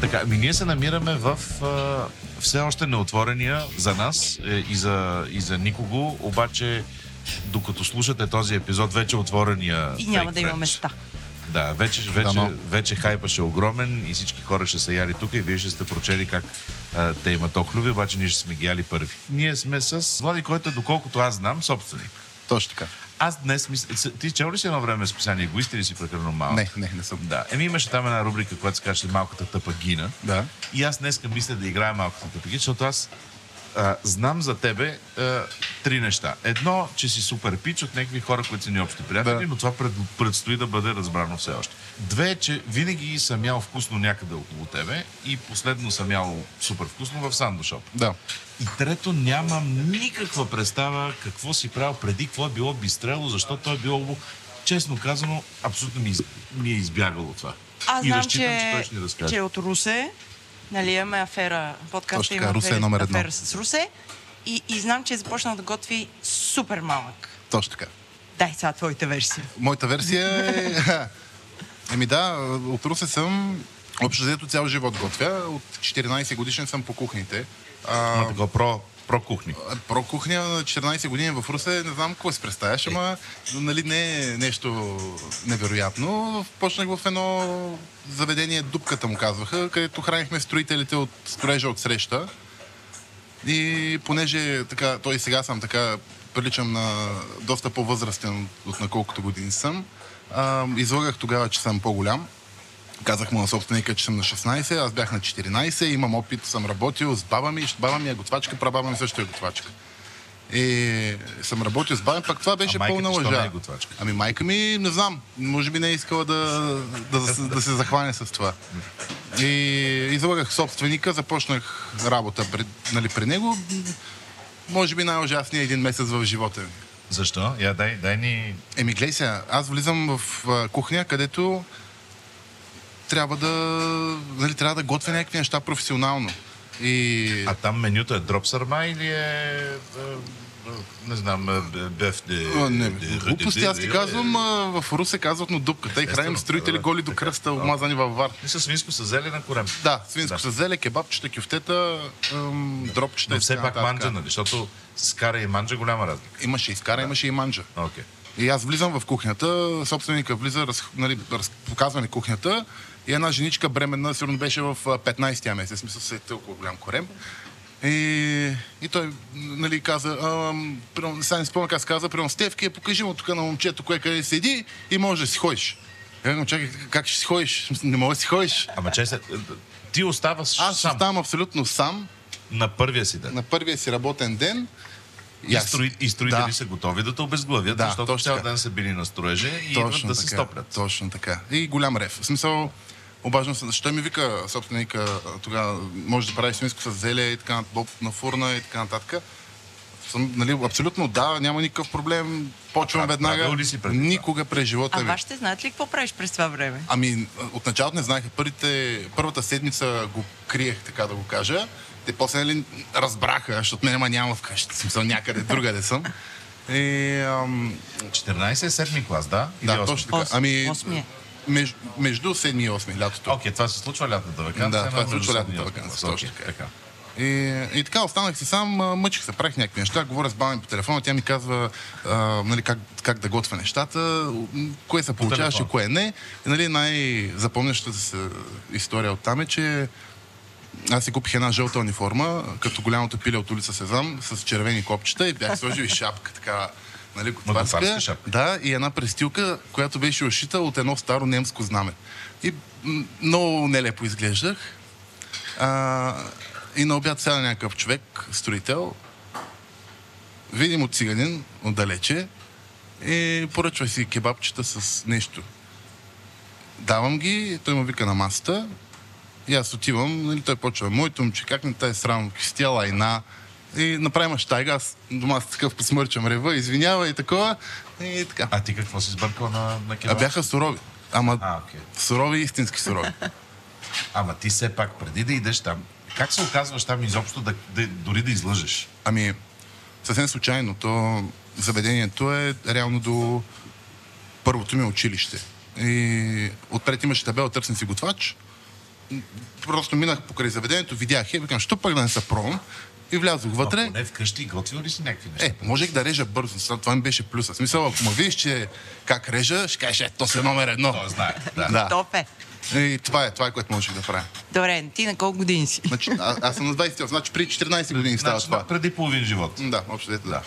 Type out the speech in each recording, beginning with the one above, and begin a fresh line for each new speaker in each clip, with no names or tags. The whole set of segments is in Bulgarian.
Така, ми ние се намираме в а, все още неотворения за нас е, и, за, и за никого, обаче докато слушате този епизод, вече отворения
И няма
Fake
да има
Friends.
места.
Да, вече, вече,
Дано.
вече хайпа ще е огромен и всички хора ще са яли тук и вие ще сте прочели как а, те имат охлюви, обаче ние ще сме ги яли първи. Ние сме с Влади, който е, доколкото аз знам, собственик.
Точно така.
Аз днес мисля... с- Ти чел ли си едно време списание Егоисти или си прекалено малък?
Не, не, не съм.
Да. Еми имаше там една рубрика, която се казваше Малката тъпа гина.
Да.
И аз днеска мисля да играя малката тъпагина, защото аз а, знам за тебе а, три неща. Едно, че си супер пич от някакви хора, които са ни общи приятели,
Да.
но това пред, предстои да бъде разбрано все още. Две, че винаги съм ял вкусно някъде около тебе и последно съм ял супер вкусно в Сандошоп.
Да.
И трето, нямам никаква представа какво си правил преди, какво е било бистрело, защо то е било, честно казано, абсолютно ми, из- ми е избягало това.
Аз
и
знам,
разчитам, че, той
че,
ще ни разкаже.
че е от Русе. Нали, имаме афера. Подкаста
Точно така,
има
Русе е
афери-
номер едно.
афера с Русе. И, и знам, че е започнал да готви супер малък.
Точно така.
Дай сега твоите версии.
Моята версия е... Еми да, от Русе съм. Общо взето цял живот готвя. От 14 годишен съм по кухните. А,
Ма такова про, про кухни.
про кухня на 14 години в Русе, не знам какво си представяш, ама нали не е нещо невероятно. Почнах в едно заведение, дупката му казваха, където хранихме строителите от строежа от среща. И понеже така, той сега съм така, приличам на доста по-възрастен от на колкото години съм, а, излагах тогава, че съм по-голям. Казах му на собственика, че съм на 16, аз бях на 14, имам опит, съм работил с баба ми, баба ми е готвачка, прабаба ми също е готвачка. И съм работил с баба ми, пак това беше
А майка ти
пълна
що
лъжа.
не е готвачка?
Ами майка ми, не знам, може би не е искала да, да, да, да се захване с това. И излагах собственика, започнах работа при, нали, при него. Може би най-ужасният един месец в живота ми.
Защо? Я дай, дай ни...
Еми, гледай сега, аз влизам в а, кухня, където трябва да, нали, трябва да готвя някакви неща професионално. И...
А там менюто е дроп сарма или е... е, е, Не знам, е, бе- беф де...
А, не,
де- де-
глупости,
де-
аз ти
де-
казвам, а, в Русе казват, но дупката и
е, Естествено,
храним строители
да, да.
голи до кръста, обмазани във вар.
Не са свинско с зелена корем.
Да, свинско
Да.
с зеле, кебабчета, кюфтета, ам, дропчета.
Но
и
все
така
пак
нататък.
манджа, нали? Защото с кара и манджа голяма разлика.
Имаше и скара, имаше и манджа.
Окей.
И аз влизам в кухнята, собственика влиза, раз, нали, раз, показва ни кухнята и една женичка бременна, сигурно беше в а, 15-тия месец, смисъл се е толкова голям корем. И, и той нали, каза, ам, примерно, сега не спомня как се каза, примерно, Стевки, покажи му тук на момчето, кое къде седи и може да си ходиш. Я му чакай, как ще си ходиш? Не може да си ходиш.
Ама че се... Ти оставаш
Аз
сам
ставам абсолютно сам
на първия си ден.
на първия си работен ден.
И,
аз-
строи, и строители
Да.
са готови да те обезглавят,
Да,
защото
точно
цял
така.
ден са били на строежа и идват да се стоплят.
Точно така. И голям рев. В смисъл, обаждам се, защо ми вика собственика тогава, може да прави свинско с зеле и така, нат- боб на фурна и така нататък. Съм, нали, абсолютно да, няма никакъв проблем. Почвам
А прав- правил
веднага.
ли си преди това?
Никога през живота
А
ми.
вашите знаят ли какво правиш през това време?
Ами, от началото не знаеха. Първите, първата седмица го криех, така да го кажа. Те после нали, разбраха, защото мен ма няма вкъщи. В Смисъл, някъде другаде съм. И, ам,
14 е седми клас, да? Или
да,
осми?
точно така.
Осми. е.
Ами,
Осмия.
между, между 7 и 8 лятото.
Окей, това се случва лятната вакансия.
Да,
но
това се случва
между
лятната
седми и осми
ваканция,
клас. Окей,
точно
така.
И, и така останах си сам, а, мъчих се, правих някакви неща, говоря с баба ми по телефона, тя ми казва а, нали, как, как да готвя нещата, м, кое се получаваше,
телефона.
кое не. И, нали, най-запомнящата се история от там е, че аз си купих една жълта униформа, като голямото пиле от улица Сезам, с червени копчета и бях сложил и шапка, така, нали,
Готварска
готварска.
шапка.
Да, и една престилка, която беше ушита от едно старо немско знаме. И м, много нелепо изглеждах. А, и на обяд сяда някакъв човек, строител, видим от циганин, отдалече, и поръчва си кебабчета с нещо. Давам ги, той му вика на масата, и аз отивам, нали, той почва, моето момче, как не тази срам, кистя лайна. И направи мащайга, аз дома с такъв посмърчам рева, извинява и такова. И така.
А ти какво си сбъркал на, на
А
кебаб?
бяха сурови. Ама
А, окей.
сурови, истински сурови.
Ама ти все пак, преди да идеш там, как се оказваш там изобщо, да, да, дори да излъжеш?
Ами, съвсем случайно, то заведението е реално до първото ми училище. И отпред имаше табела търсен си готвач. просто минах покрай заведението, видях я, викам, що пък да не се пробвам. И влязох вътре.
А поне вкъщи готвил ли си някакви неща?
Е, можех да режа бързо, сега това ми беше плюса. В Смисъл, ако ме видиш, че как режа, ще кажеш, е, то се номер едно.
Той знае. Да.
Да.
Топ е.
И това е, това е, което можех да правя.
Добре, ти на колко години си?
Значи, а, аз съм на 28, значи при 14 години става
Значи,
това.
преди половин живот.
М, Да, общо дето да.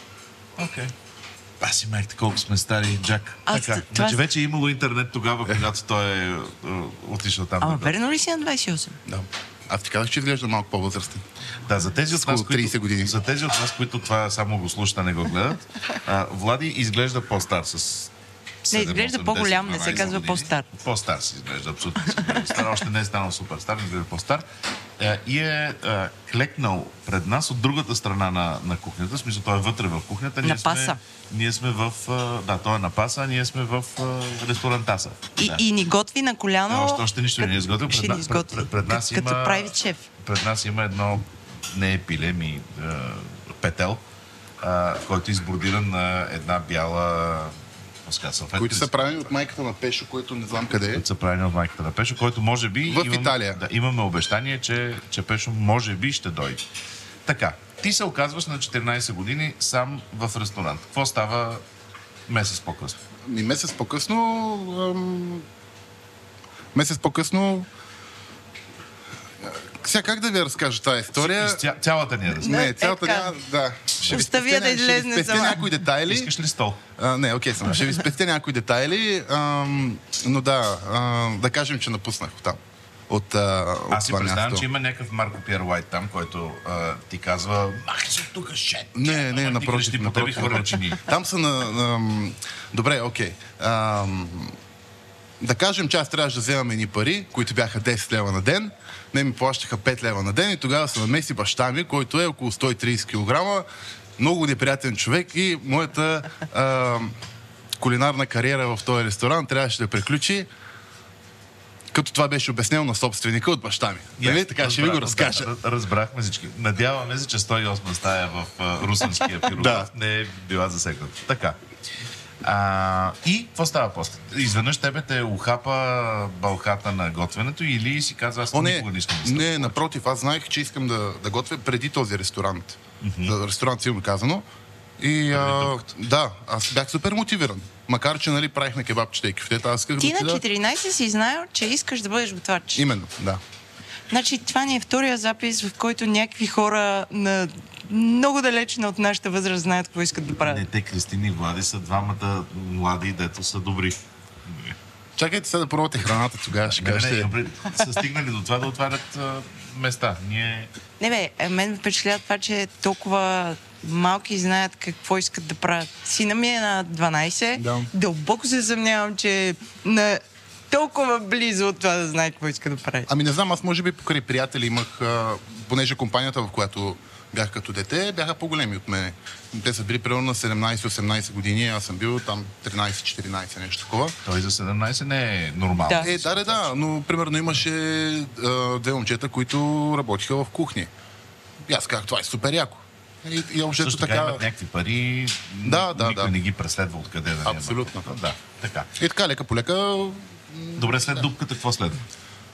Окей. Аз и майките колко сме стари, Джак.
Аз
така.
т- това-
Значи вече е имало интернет тогава, когато той е е, отишъл там.
Ама
да-
верно ли си на 28?
да. Аз ти казах, че изглежда малко по-възрастен.
Да, за тези от
Около
нас, които,
30 години.
За тези от нас, които това само го слушат, а не го гледат, а, Влади изглежда по-стар с...
Не,
7,
изглежда
8,
по-голям,
10,
не се
12
казва
години.
по-стар.
По-стар си изглежда, абсолютно. си изглежда Стар, още не е станал супер стар, изглежда по-стар. Е, И е а, клекнал пред нас от другата страна на, на кухнята, в смисъл той е вътре в кухнята.
На паса.
Сме, ние сме в... а, Да, той е на паса, а ние сме в а, ресторантаса.
И,
да.
и ни готви на коляно.
Да, още- още нищо не ни е изготвил.
Ще
Пред
ни
нас- пред-
изготви.
пред- пред нас
като,
има-
като прави шеф.
Пред нас има едно, не е пиле, ми е, петел, а, който е избордиран на една бяла какво се казва, салфетка
Които
ли
са
се-
правени от майката на Пешо, което не знам къде е.
които са правени от майката на Пешо, който може би...
В Италия.
Да, имаме обещание, че, че Пешо може би ще дойде. Така, ти се оказваш на 14 години сам в ресторант. Какво става месец по-късно?
И Ами, месец по-късно... Ам... Месец по-късно... а, Сега как да ви разкажа тази история?
Из ця, цялата ни е разказ.
Не,
Не,
е
цялата
така.
няма... Да. Ще ви
Остави я
спестя
да
ня- ще ви
излезне
спестя
сама.
някои детайли.
Искаш ли стол?
А, не, окей съм. Ще ви спестя някои детайли. Ам, но да, ам, да кажем, че напуснах от там. От, а, от
Аз си
това
представям,
място.
че има някакъв Марко Пьер Уайт там, който а, ти казва Махай се тук, шет!
Не, не,
Ама
напротив.
ти
напротив, Нали?
потреби хвърля
напротив.
чини.
Там са на... на м, добре, окей. Ам, да кажем, че аз трябваше да вземам едни пари, които бяха 10 лева на ден. Не ми плащаха 5 лева на ден и тогава се намеси баща ми, който е около 130 кг. Много неприятен човек и моята ам, кулинарна кариера в този ресторант трябваше да приключи. Като това беше обяснено на собственика от баща ми. Нали?
Ясно,
Така ще ви го
разбрахме,
разкажа.
да, да, разбрахме всички. Надяваме се, че 108 стая в а, русенския пирограф
Да.
не е била засегната. Така. А, и какво става после? Изведнъж тебе те ухапа бълхата на готвенето или си казва, аз
О, не, е-
никога не искам да стъпя?
не, напротив, аз знаех, че искам да, да готвя преди този ресторант. Mm-hmm. Ресторант, силно казано. И а, да, аз бях супер мотивиран. Макар, че нали, правихме кебабчета и кюфтета, аз исках
Ти
да
на
отида...
14 си знаел, че искаш да бъдеш готвач.
Именно, да.
Значи това ни е втория запис, в който някакви хора на много далечна от нашата възраст знаят какво искат да правят.
Не, те Кристини и Влади са двамата млади, дето са добри.
Чакайте сега да пробвате храната тогава, ще
Не, не, не,
кажете.
Е, добре, са стигнали до това да отварят а, места. Ние
Не бе, а мен ме впечатля това, че толкова малки знаят какво искат да правят. Сина ми е на 12.
Да.
Дълбоко се съмнявам, че е на толкова близо от това да знае какво иска да прави.
Ами не знам, аз може би покрай приятели имах, а, понеже компанията, в която бях като дете, бяха по-големи от мене. Те са били примерно на 17-18 години, аз съм бил там 13-14, нещо такова.
Той за 17 не е нормално.
Да.
Е, да, да, да, но примерно имаше а, две момчета, които работиха в кухни. И аз казах, това е супер яко. И, и общо
Също така,
така... е.
имат някакви пари, н-
Да, да,
никой
да.
не ги преследва откъде да ни е
Абсолютно.
марката. Да, така.
И е така, лека по лека,
Добре, след дупката какво следва?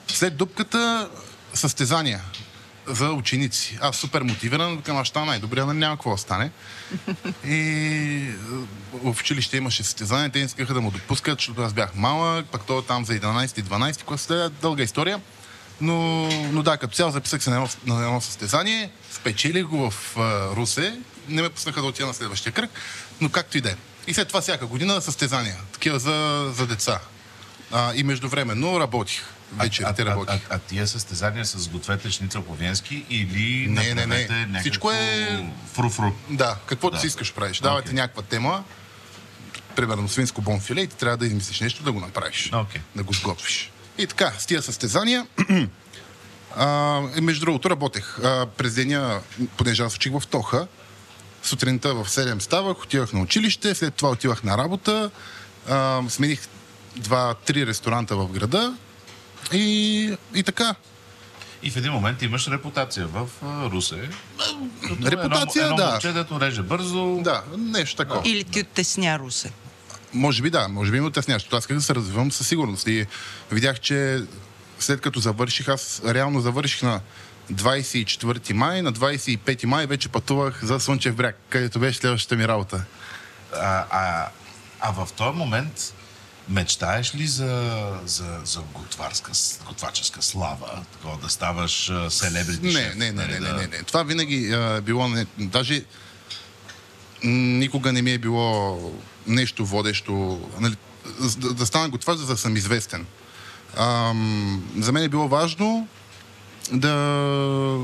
след дупката състезания за ученици. Аз супер мотивиран, към аз ще стана най-добрия, нали няма какво да стане. И а, в училище имаше състезания, те не искаха да му допускат, защото аз бях малък, пък той е там за 11 и 12, което е дълга история. Но, но да, като цяло записах се на едно, на едно състезание, спечелих го в а, Русе, не ме пуснаха да отида на следващия кръг, но както и да е. И след това всяка година състезания, такива за, за деца. А, и междувременно работих.
а,
Вечерите
а,
работих.
а, а, тия състезания с гответе шницел по-венски или
Не, не, не.
направете някакво
Всичко е-
фру-фру?
Да, каквото
Да.
да. си искаш правиш. Давате
Окей.
okay. някаква тема, примерно свинско бонфиле, и ти трябва да измислиш нещо, да го направиш.
Окей.
Да го сготвиш. И така, с тия състезания, а, и между другото работех. А, през деня, понеже аз учих в Тоха, сутринта в 7 ставах, отивах на училище, след това отивах на работа, а, смених два-три ресторанта в града и, и така.
И в един момент имаш репутация в а, Русе. Като
Репутация,
едно, едно
да.
момче, дето реже бързо.
Да, нещо такова.
Или ти оттесня Русе.
Може би да, може би ме отесня, защото аз исках да се развивам със сигурност. И видях, че след като завърших, аз реално завърших на 24 май, на 25 май вече пътувах за Слънчев бряг, където беше следващата ми работа.
А, а, а в този момент мечтаеш ли за, за, за готварска, готваческа слава? Такова да ставаш а, селебрити
Не,
шеф,
не, не,
нали,
не,
да-
не, не, не. Това винаги а, било... Не, даже м, никога не ми е било нещо водещо. Нали, за- да, да стана готвач, за да съм известен. Ам, за мен е било важно да,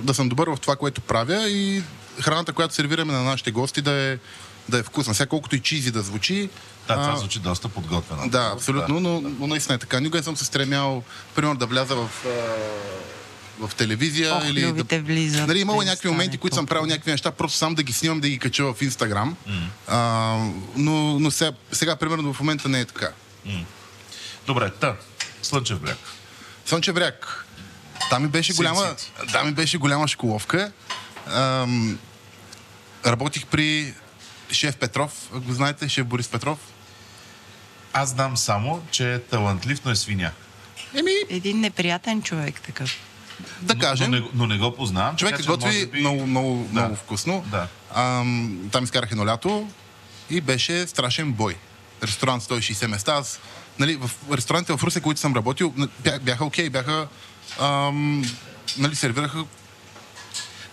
да съм добър в това, което правя и храната, която сервираме на нашите гости, да е, да е вкусна. Сега колкото и чизи да звучи,
Да, това
а,
звучи доста подготвено.
да, абсолютно, но, но наистина е така. Никога не съм се стремял, примерно, да вляза в, а, в телевизия.
Ох,
или
любите
да...
влизат,
Нали, имало
да
е
им
някакви
стане
моменти, които съм
толкова.
правил някакви неща, просто сам да ги снимам, да ги кача в Инстаграм. А, но но сега, сега, примерно, в момента не е така.
Добре, та, Слънчев бряг.
Слънчев бряг. Там ми беше
Син
голяма, там ми беше голяма школовка. Ам, работих при шеф Петров, ако го знаете, шеф Борис Петров.
Аз знам само, че е талантлив, но е свиня.
Еми,
Един неприятен човек такъв.
да кажем.
Но, но, не, го- но не го познавам.
Човекът
така че
готви
може
би... много, много, да. много вкусно.
Да.
Ам, там изкарах едно лято и беше страшен бой. Ресторант 160 места. Аз, нали, в ресторантите в Русе, които съм работил, на- бя- бяха окей, бяха... Ам, нали, сервираха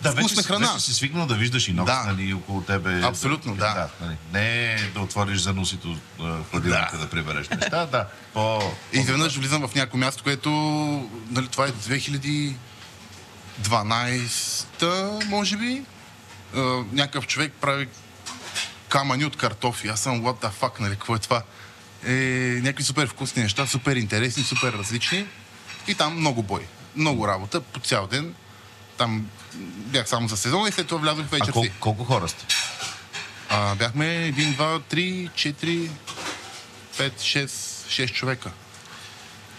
Да, вече,
вкусна
си-
храна.
вече си свикнал да виждаш и нокс,
Да.
нали, около тебе.
Абсолютно, да.
нали. Не е да отвориш за носито а, хладилника да. да прибереш неща, да. По...
И изведнъж влизам в някое място, което, нали, това е 2012-та, може би. А, някакъв човек прави камъни от картофи. Аз съм what the fuck, нали, какво е това? Е, някакви супер вкусни неща, супер интересни, супер различни. И там много бой, много работа, по цял ден. Там бях само за сезона и след това влязох
А
вечер
кол,
си.
колко хора сте?
А, бяхме 1, 2, 3, 4, 5, 6, 6 човека.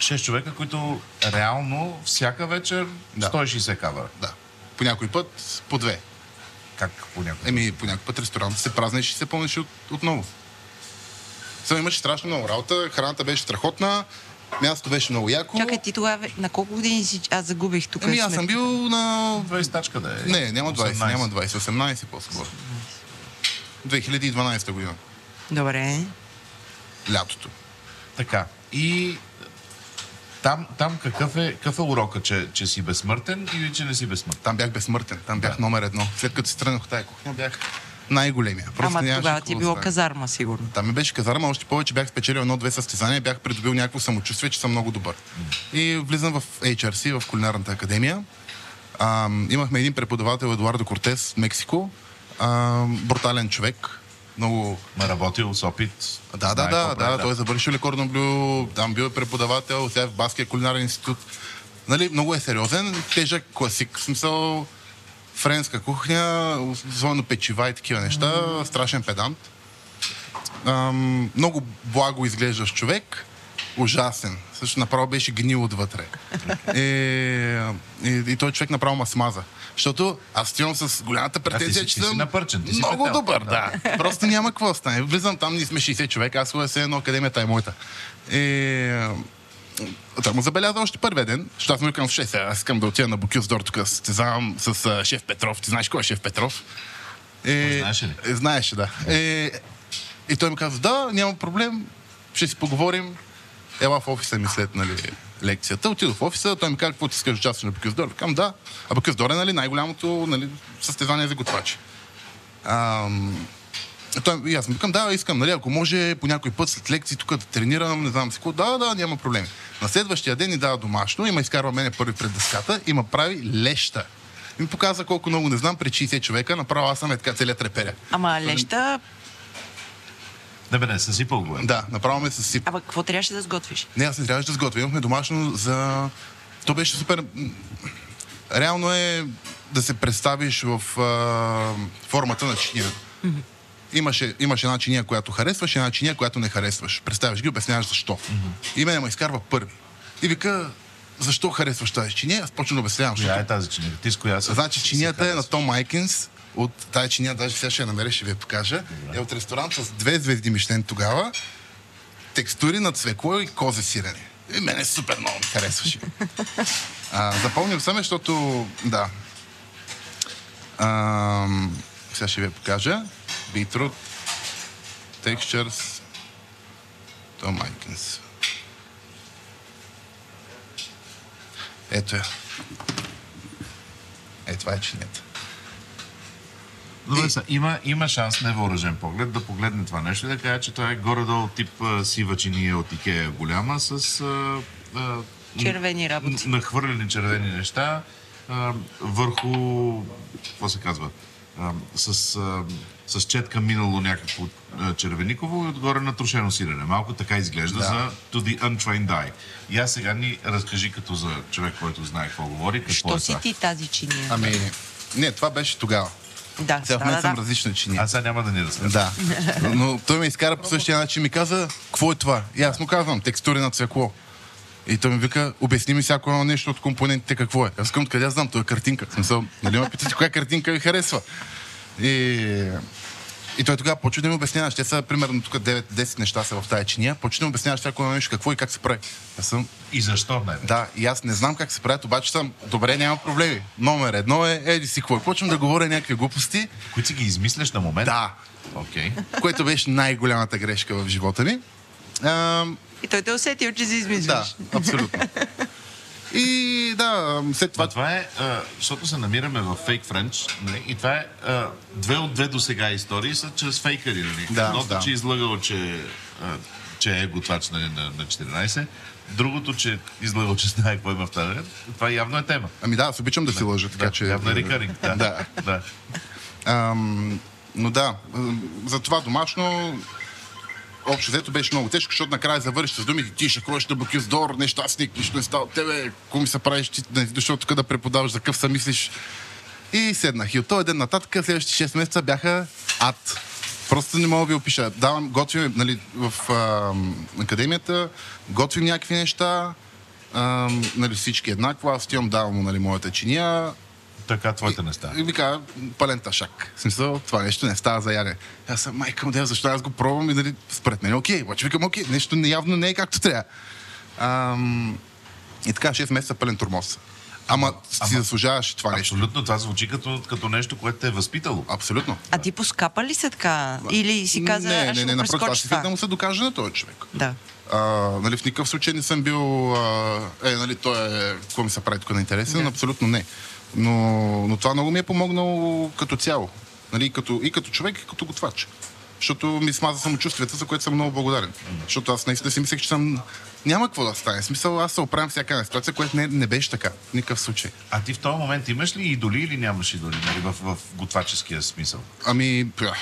Шест човека, които реално всяка вечер
Да.
160 кавара.
Да. По някой път, по две.
Как по някой?
Еми, по някакъв път ресторант се празнеше и се пълнеше от, отново. Само имаше страшно много работа, храната беше страхотна, мястото беше много яко.
Чакай, ти тогава на колко години си? Аз загубих тук.
Еми, аз съм бил на...
20 тачка да е.
Не, няма 20,
18.
няма 20, 18 по-скоро. 2012 година,
Добре.
лятото.
Така. И е, там, там какъв, е, какъв е урока, че, че си безсмъртен или че не си безсмъртен?
Там бях безсмъртен, там бях
Да.
номер едно. След като се тръгнах от тази кухня, бях най-големия. Просто
Ама
нямаше
тогава
какво
ти е
да
било
стане.
казарма, сигурно.
Там ми беше казарма, още повече бях спечелил едно-две състезания, бях придобил някакво самочувствие, че съм много добър. И влизам в HRC, в кулинарната академия. Ам, имахме един преподавател, Едуардо Кортес, Мексико. Ам, брутален човек. Много...
Ма работил с опит.
Да, да,
знае
да,
какво прави,
да, той е завършил лекорно блю, там бил е преподавател, сега е в Баския кулинарен институт. Нали, много е сериозен, тежък класик, в смисъл френска кухня, особено печива и такива неща, страшен педант ам, много благо изглеждаш човек, ужасен. Също направо беше гнил отвътре. Е, и, и той е човек направо ма смаза. Защото аз стивам с голямата претензия,
си-
че
ти си
съм
напърчен, ти си
много
петел.
добър. Да. Просто няма какво да стане. Влизам там, ние сме 60 човека, аз ходя се едно академията е моята. Е, той му забеляза още първия ден, защото аз му викам в 6, сега, аз искам да отида на Бокюс Дор, тук да се състезавам с а, шеф Петров. Ти знаеш кой е шеф Петров? Е,
Той знаеше ли?
Е, знаеше, да. Е, и той ми каза, да, няма проблем, ще си поговорим. Ела в офиса ми след нали, лекцията. Отидох в офиса, той ми каза, какво ти искаш участваш на Бакюздор? Кам, да. А Бакюздор е нали, най-голямото нали, състезание за готвачи. Ам, той, и аз му викам, да, искам, нали, ако може по някой път след лекции тук да тренирам, не знам си какво, да, да, няма проблеми. На следващия ден ни дава домашно, има изкарва мене първи пред дъската и ма прави леща. И ми показа колко много не знам, пред 60 човека, направо аз съм е така целият треперя.
Ама леща,
Да, Не, бе, не, съсипал го е.
Да, направо ме се сипа.
ама какво трябваше да сготвиш?
Не, аз не трябваше да сготвя. Имахме домашно за... То беше супер... м, Реално е да се представиш в а, формата на чиния. Имаше, имаше една чиния, която харесваш, една чиния, която не харесваш. Представяш ги, обясняваш защо. И мене ме изкарва първи. И вика, защо харесваш тази чиния? Аз почвам да обяснявам.
Коя
защото-
е тази чиния? Ти с коя се?
Значи чинията
се
е на
харесва?
Том Айкинс. От тая чиния, даже сега ще я намеря, ще ви я покажа. Е от ресторант с две звезди Мишлен тогава. Текстури на цвекло и козе сирене. И мене супер много ми харесваше. А, запомням се, защото, да. Ам, сега ще ви я покажа. Beetroot, Textures, Tom Icons. Ето я. Е, това е чинията.
Добре, са, има, има шанс невъоръжен поглед да погледне това нещо и да каже, че това е горе-долу тип а, сива чиния от Икея голяма с а, а,
Червени работи.
н- нахвърлени червени неща а, върху, какво се казва, а, с, а, с четка минало някакво а, червениково и отгоре натрошено сирене. Малко така изглежда
Да.
за To the Untrained Eye. И аз сега ни разкажи като за човек, който знае какво говори, какво
Що
е
си
това.
ти тази чиния?
Ами, не, това беше тогава.
Да,
Сега в
да,
мен
да,
съм
да.
различна чиния.
А сега няма да ни разкажа.
Да. Но той ме изкара по същия начин ми каза, какво е това? И аз му казвам, текстури на цвекло. И той ми вика, обясни ми всяко едно нещо от компонентите какво е. Аз искам откъде аз знам, това е картинка. В Смисъл, нали ме питате, коя картинка ви харесва? И и той тогава почва да ми обясняваш. Те са примерно тук 9-10 неща са в тази чиния. Почва да ми обясняваш всяко едно нещо какво и как се прави. Аз съм,
И защо не?
да, и аз не знам как се правят, обаче съм, добре, няма проблеми. Номер едно е, еди си какво. И Почвам да говоря някакви глупости.
Които си ги измисляш на момента?
Да,
Окей.
което беше най-голямата грешка в живота ми. А,
И той те е усетил, че си
да,
измислиш.
абсолютно. И да, след това
Това, това е, а, защото се намираме в фейк френч, нали? и това е а, две от две до сега истории са чрез фейкари. Нали?
Да,
Едното,
да.
че е излъгал, че, а, че е готвач нали, на, на 14, другото, че е излъгал, че знае какво има в тази. Това явно е тема.
Ами да, аз обичам да си лъжа, така
да,
че...
Явно е рекаринг. Да.
Да.
да.
Ам, но да, ам, за това домашно общо взето беше много тежко, защото накрая завърши с думите, ти ще ходиш на Бакюздор, нещо, аз ник- нищо не става от тебе, какво ми се правиш, ти не си дошъл тук да преподаваш, за къв са мислиш. И седнах. И от този ден нататък, следващите 6 месеца бяха ад. Просто не мога да ви опиша. Давам, готвим, нали, в ам, академията, готвим някакви неща, ам, нали, всички еднакво, аз отивам, давам му, нали, моята чиния,
Така твоите неща.
и ми казва, пълен ташак. В смисъл, това нещо не става за яде. Аз съм, майка му, защо аз го пробвам и нали, според мен, е окей, обаче викам, окей, нещо неявно не е както трябва. Ам... И така, 6 месеца пълен тормоз. Ама, си заслужаваш това нещо.
Абсолютно, това звучи като, като нещо, което те е възпитало.
Абсолютно.
А ти поскапа ли се така? Или си каза,
не,
аз
не,
ще
не,
го
напротив, аз
прескоча
исках да
това?
му се докажа на този човек.
Да.
А, нали, в никакъв случай не съм бил... А, е, нали, той е... Какво ми се прави тук на интересен?
Да.
Абсолютно не. Но, но това много ми е помогнало като цяло. Нали, и като, и като човек, и като готвач. Защото ми смаза самочувствията, за което съм много благодарен. Защото аз наистина си мислех, че съм... Няма какво да стане. В Смисъл, аз се оправям всяка една ситуация, която не, не беше така. В никакъв случай.
А ти в този момент имаш ли идоли или нямаш идоли нали, в, в готваческия смисъл?
Ами, пя,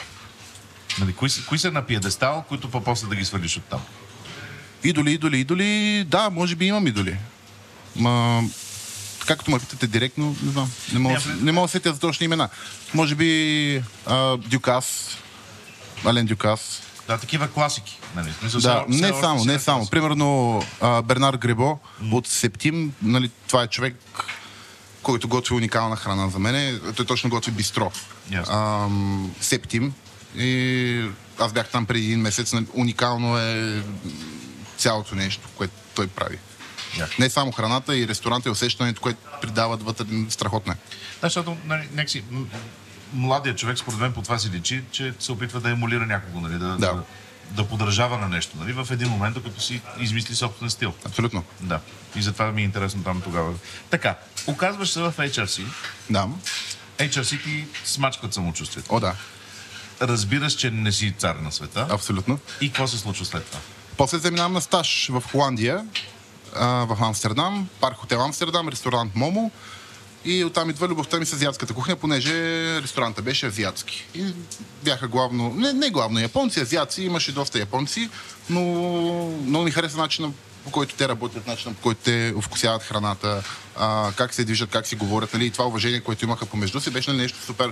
Нали, кои, са- кои са на пиедестал, които по-после да ги свалиш от там?
Идоли, идоли, идоли. Да, може би имам идоли. Ма, така като ме питате директно, не знам. Не мога, да се- не мога да сетя за точни имена. Може би а, Дюкас, Ален Дюкас.
Да, такива класики. Нали? В Смисъл,
Да,
все
не
още
само,
си
не
на
само.
класик.
Примерно а, Бернар Гребо от Септим, нали, това е човек, който готви уникална храна за мен. Той точно готви бистро.
Ясно.
Ам, Септим. И аз бях там преди един месец. нали, Уникално е цялото нещо, което той прави.
Ясно.
Не само храната и ресторанта и усещането, което придават вътре страхотно е.
Да, защото нали, някак си, м- младият човек, според мен, по това си личи, че се опитва да емулира някого, нали, да, да. да подражава на нещо. Нали, в един момент, докато си измисли собствен стил.
Абсолютно.
Да. И затова ми е интересно там тогава. Така, оказваш се в HRC.
Да.
HRC ти смачкат самочувствието.
О, да.
Разбираш, че не си цар на света.
Абсолютно.
И какво се случва след това?
После заминавам на стаж в Холандия, а, в Амстердам, парк хотел Амстердам, ресторант Момо. И оттам идва любовта ми с азиатската кухня, понеже ресторанта беше азиатски. И бяха главно, не, не главно японци, азиаци, имаше доста японци, но много ми хареса начина по който те работят, начина по който те овкусяват храната, а, как се движат, как си говорят. Нали? И това уважение, което имаха помежду си, беше нали, нещо супер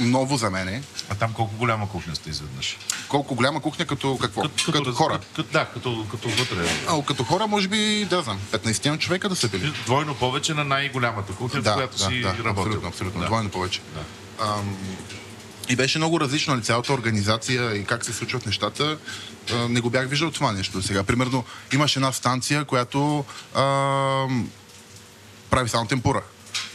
е, ново за мене.
А там колко голяма кухня сте изведнъж?
Колко голяма кухня като какво? Като, като
раз-
хора.
Като, да, като, като вътре.
А, като хора, може би, да знам, 15 човека да са били.
Двойно повече на най-голямата кухня, в която си
да,
работил.
Абсолютно, абсолютно. Да. Двойно повече.
Да.
Ам, И беше много различно нали, цялата организация и как се случват нещата. А, не го бях виждал това нещо сега. Примерно, имаш една станция, която а, прави само темпура.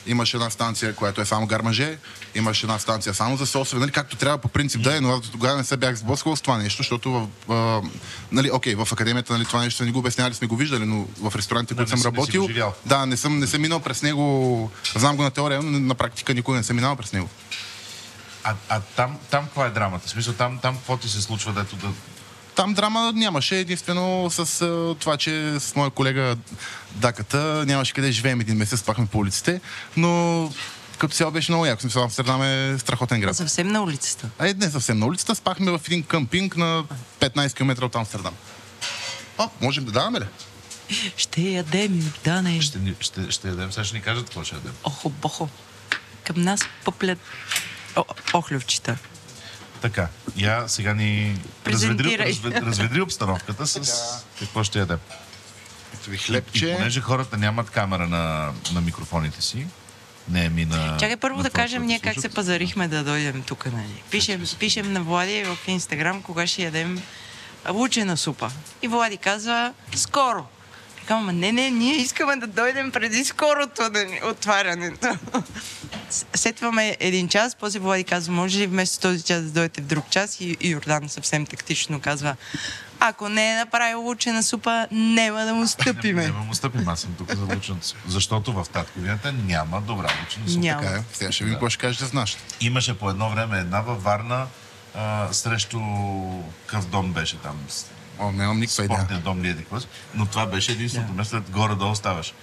Имаш една станция, която е само гармаже, имаш една станция само за сосове, нали, както трябва по принцип да е, но аз до тогава не се бях сблъсквал с това нещо, защото в, а, нали, окей, в академията нали, това нещо са ни го обяснявали, сме го виждали, но в ресторантите, които
не
съм
си- не си го
работил,
живял.
да, не съм, не съм минал през него, знам го на теория, но на практика никога не съм минал през него.
А, а там, там каква е драмата? В смисъл, там, там какво ти се случва, дето да...
Там драма нямаше, единствено с а, това, че с моя колега Даката нямаше къде живеем един месец, пахме по улиците, но като цяло беше много яко. Смисъл, Амстердам е страхотен град.
Съвсем на улицата.
А е, не съвсем на улицата, спахме в един къмпинг на 15 км от Амстердам. О, можем да даваме ли?
Ще ядем, да не.
Ще, ни- ще, ще ядем, сега ще ни кажат какво ще ядем.
Охо, бохо. Към нас пъплят о, охлювчета.
Така, я сега ни разведри,
Презентирай.
разве- разведри обстановката с какво ще ядем.
Ето ви
И
хлебче.
понеже хората нямат камера на, на микрофоните си, не е ми на...
Чакай първо
на
да
това,
кажем
което
ние как се
слушат.
пазарихме да дойдем тук, нали? Пишем, пишем на Влади в Инстаграм кога ще ядем лучена супа. И Влади казва скоро. Така, ама не, не, ние искаме да дойдем преди скорото да ни отварянето. С- Сетваме един час, после Влади казва, може ли вместо този час да дойдете в друг час? И и Йордан съвсем тактично казва, ако не е направил лучена супа, няма да му
Няма,
стъпиме.
няма му стъпим, аз съм тук за лучната си. Защото в татковината няма добра лучна супа.
Няма.
Така е. Сега ще видим какво ще кажете с нашата.
Имаше по едно време една във Варна, а, срещу какъв дом беше там, с-
О, нямам никаква идея.
спортния дом ли е такова, но това беше единственото место, след горе-долу ставаш.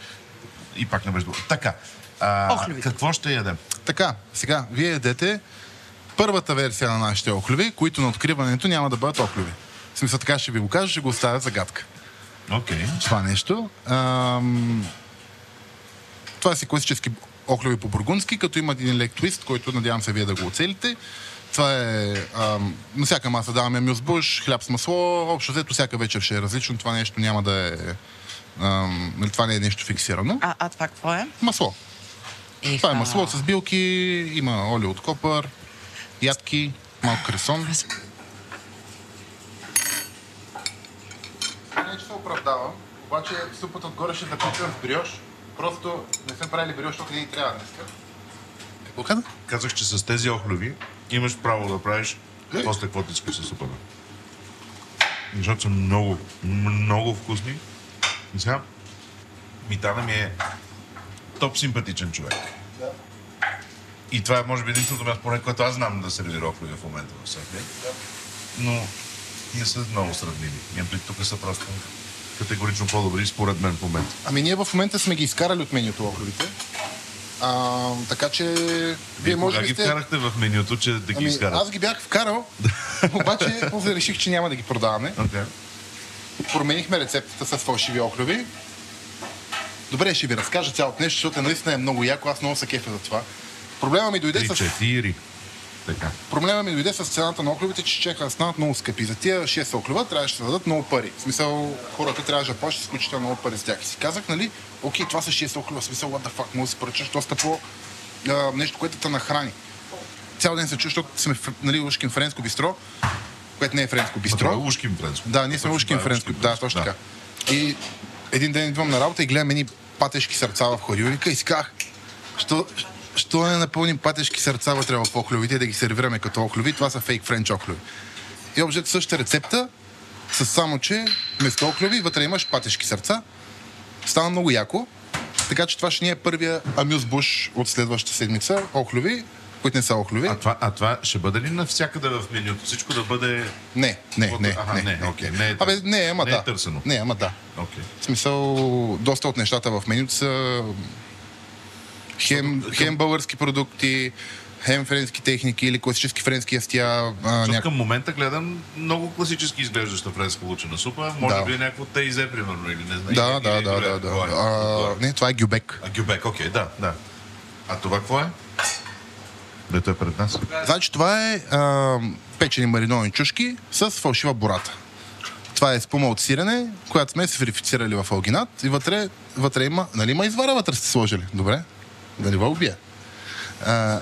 И пак не беше добро. Така, а,
Охлюви.
какво ще ядем?
Така, сега, вие ядете първата версия на нашите охлюви, които на откриването няма да бъдат охлюви. В смисъл така ще ви го кажа, ще го оставя загадка.
Окей.
Това нещо. Ам... Това са класически охлюви по бургундски, като има един лек твист, който надявам се вие да го оцелите. Това е... Ам... На всяка маса даваме мюсбуш, хляб с масло. Общо взето всяка вечер ще е различно. Това нещо няма да е... Ам... нали, Това не е нещо фиксирано.
А, а това какво е?
Масло. Това е
Еха.
масло с билки, има олио от копър, ядки, малко кресон.
Аз-
Не, че се оправдавам, обаче супата отгоре ще запитвам с бриош. Просто не сме правили бриош, защото не ни трябва днес. Какво каза?
Казах, че с тези охлюви имаш право да правиш
Е.
после каквото искаш със супата. Защото са много, много вкусни. И сега, Митана ми е топ симпатичен човек. И това е, може би, единственото място, поне което аз знам да сервира охлюви в момента в София. Но не са много сравними. Имам пред тук са просто категорично по-добри, според мен, в момента.
Ами ние в момента сме ги изкарали от менюто охлювите. А, така че...
Вие Ами кога ги вкарахте в менюто, че да ги
Ами,
изкарате?
аз ги бях вкарал, обаче после реших, че няма да ги продаваме.
Окей.
променихме рецептата с фалшиви охлюви. Добре, ще ви разкажа цялото нещо, защото наистина е много яко, аз много се кефя за това. Проблема ми дойде,
Три,
с,
четири. Така.
проблема ми дойде с цената на охлювите, че чеха да станат много скъпи. За тия 6 охлюва трябваше да дадат много пари. В смисъл, хората трябваше да плащат изключително много пари с тях. И си казах, нали, окей, това са 6 охлюва, в смисъл, what the fuck, може да си поръчаш доста по а, нещо, което те нахрани. Цял ден се чу, защото сме в нали, ушкин френско бистро, което не е френско бистро.
Това е ушким френско.
Да, ние сме
Точно,
ушкин
да,
френско.
ушким
Да,
френско, да.
точно така. И един ден идвам на работа и гледам едни патешки сърца в хладилника и си казах, що, що не напълним патешки сърца вътре в охлювите и да ги сервираме като охлюви, това са фейк френч охлюви. И обжето същата рецепта, с само че вместо охлюви вътре имаш патешки сърца. Стана много яко. Така че това ще ни е първия амюзбуш от следващата седмица. Охлюви, които не са охлюви.
А това, а това ще бъде ли навсякъде в менюто? Всичко да бъде...
Не, не, не,
Аха,
не,
не, окей, не е
Абе,
търсено.
не, ама
Не е
да.
търсено.
Не, ама да.
Окей.
В смисъл, доста от нещата в менюто са хем, хем български продукти, хем френски техники или класически френски ястия. А,
Защото
няк...
към момента гледам много класически изглеждаща френска лучена супа. Може
Да.
би е някакво тейзе, примерно, или не знам.
Да,
или-
да,
или
да,
друга.
да, да.
Кой е?
А,
Кой е?
не, това е гюбек.
А, Гюбек, окей, да, да. А това какво е? Дето е пред нас.
Значи това е а, печени мариновани чушки с фалшива бората. Това е спума от сирене, която сме се верифицирали в алгинат и вътре, вътре има... Нали има извара вътре сте сложили? Добре. Да не ви убия. А,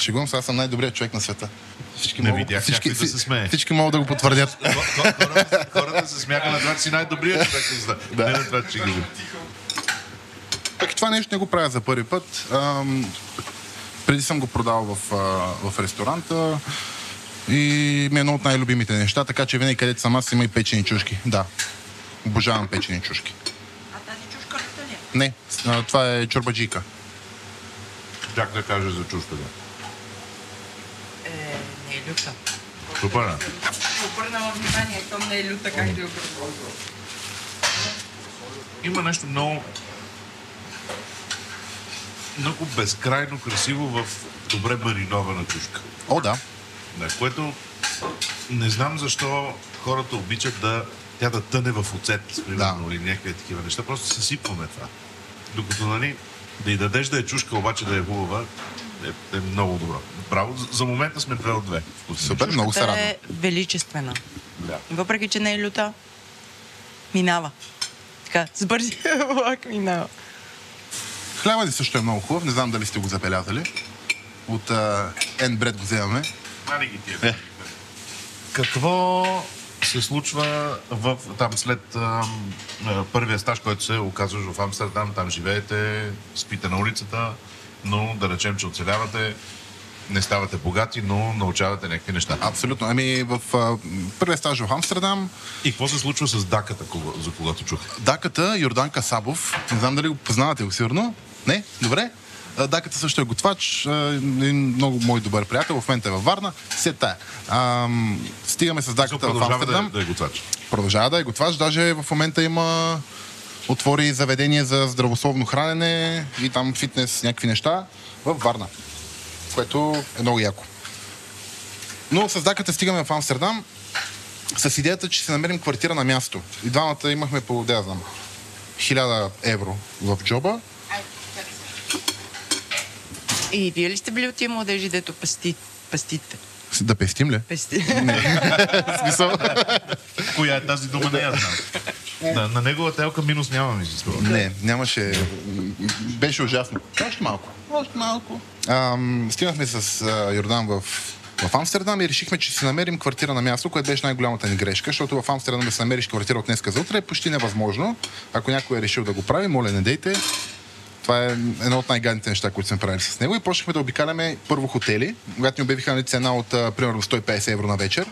шегувам се, аз съм най-добрият човек на света. Всички
Не
могат-
видях
всички,
някой да се смее.
Всички могат да го потвърдят.
Хората, хората се смяха на това, че си най-добрият човек, на света. не на това, че ги
Пък и това нещо не го правя за първи път. Ам, преди съм го продавал в, а, в ресторанта и ми е едно от най-любимите неща, така че винаги където съм аз има и печени чушки. Да, обожавам печени чушки.
А тази чушка ли е?
Не, с- а, това е чорбаджийка.
Чак да кажа за чущата.
Е, не е люта.
Супърна.
Обърнала внимание, то не е люта, как да я предложа.
Има нещо много много безкрайно красиво в добре маринована чушка.
О, да.
На което не знам защо хората обичат да тя да тъне в оцет, примерно, или някакви такива неща. Просто съсипваме това. Докато, нали, да й дадеш да е чушка, обаче да е хубава, е, е много добро. Браво. За- За момента сме две от две.
Супер, много се радвам.
е величествена.
Да.
И Въпреки, че не е люта, минава. Така, с бързия влак минава.
Хляба ни също е много хубав, не знам дали сте го забелязали. От а, N-Bread го вземаме.
Мани ги
Е.
тия. Какво се случва в, там след ам, а, първия стаж, който се оказваш в Амстердам, там живеете, спите на улицата, но да речем, че оцелявате, не ставате богати, но научавате някакви неща. А,
Абсолютно. Ами в а, първия стаж в Амстердам,
и какво се случва с даката, кога- за когато чух?
Даката Йордан Касабов, не знам дали го познавате го сигурно. Не? Добре. А, Даката също е готвач, а, един много мой добър приятел, в момента е във Варна, се тая. Ам, стигаме с
Мисъл,
даката в
Продължава да,
Амстердам.
да е готвач.
Продължава да е готвач, даже в момента има отвори заведение за здравословно хранене и там фитнес, някакви неща в Варна, което е много яко. Но с даката стигаме в Амстердам с идеята, че си намерим квартира на място. И двамата имахме по, да я знам, 1000 евро в джоба.
И вие ли сте били от тия младежи, дето пасти, пастите?
С- Да пестим ли?
Пасти.
В смисъл?
Коя е тази дума, не я знам. На, на негова телка минус няма, ми се струва.
Не, нямаше. Беше ужасно. Още малко. Още малко. Ам, стигнахме с а, Йордан в, в Амстердам и решихме, че си намерим квартира на място, което беше най-голямата ни грешка, защото в Амстердам да се намериш квартира от днеска за утре е почти невъзможно. Ако някой е решил да го прави, моля, не дейте. Това е едно от най-гадните неща, които сме правили с него. И почнахме да обикаляме първо хотели, когато ни обявиха нали, цена от а, примерно 150 евро на вечер.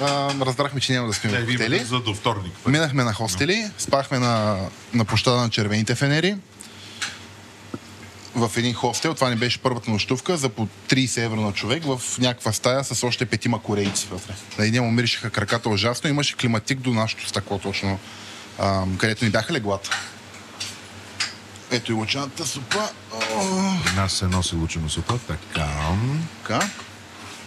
А, разбрахме, че няма да спим
Не,
в
Е, вие
хотели.
имате за до вторник.
Минахме на хостели, спахме на, на площада на червените фенери в един хостел. Това ни беше първата нощувка за по 30 евро на човек в някаква стая с още петима корейци вътре. На един му миришеха краката ужасно. Имаше климатик до нашото стъкло точно, ам, където ни бяха леглата. Ето и лъчената супа. О,
При нас се носи лучено супа, така.
така.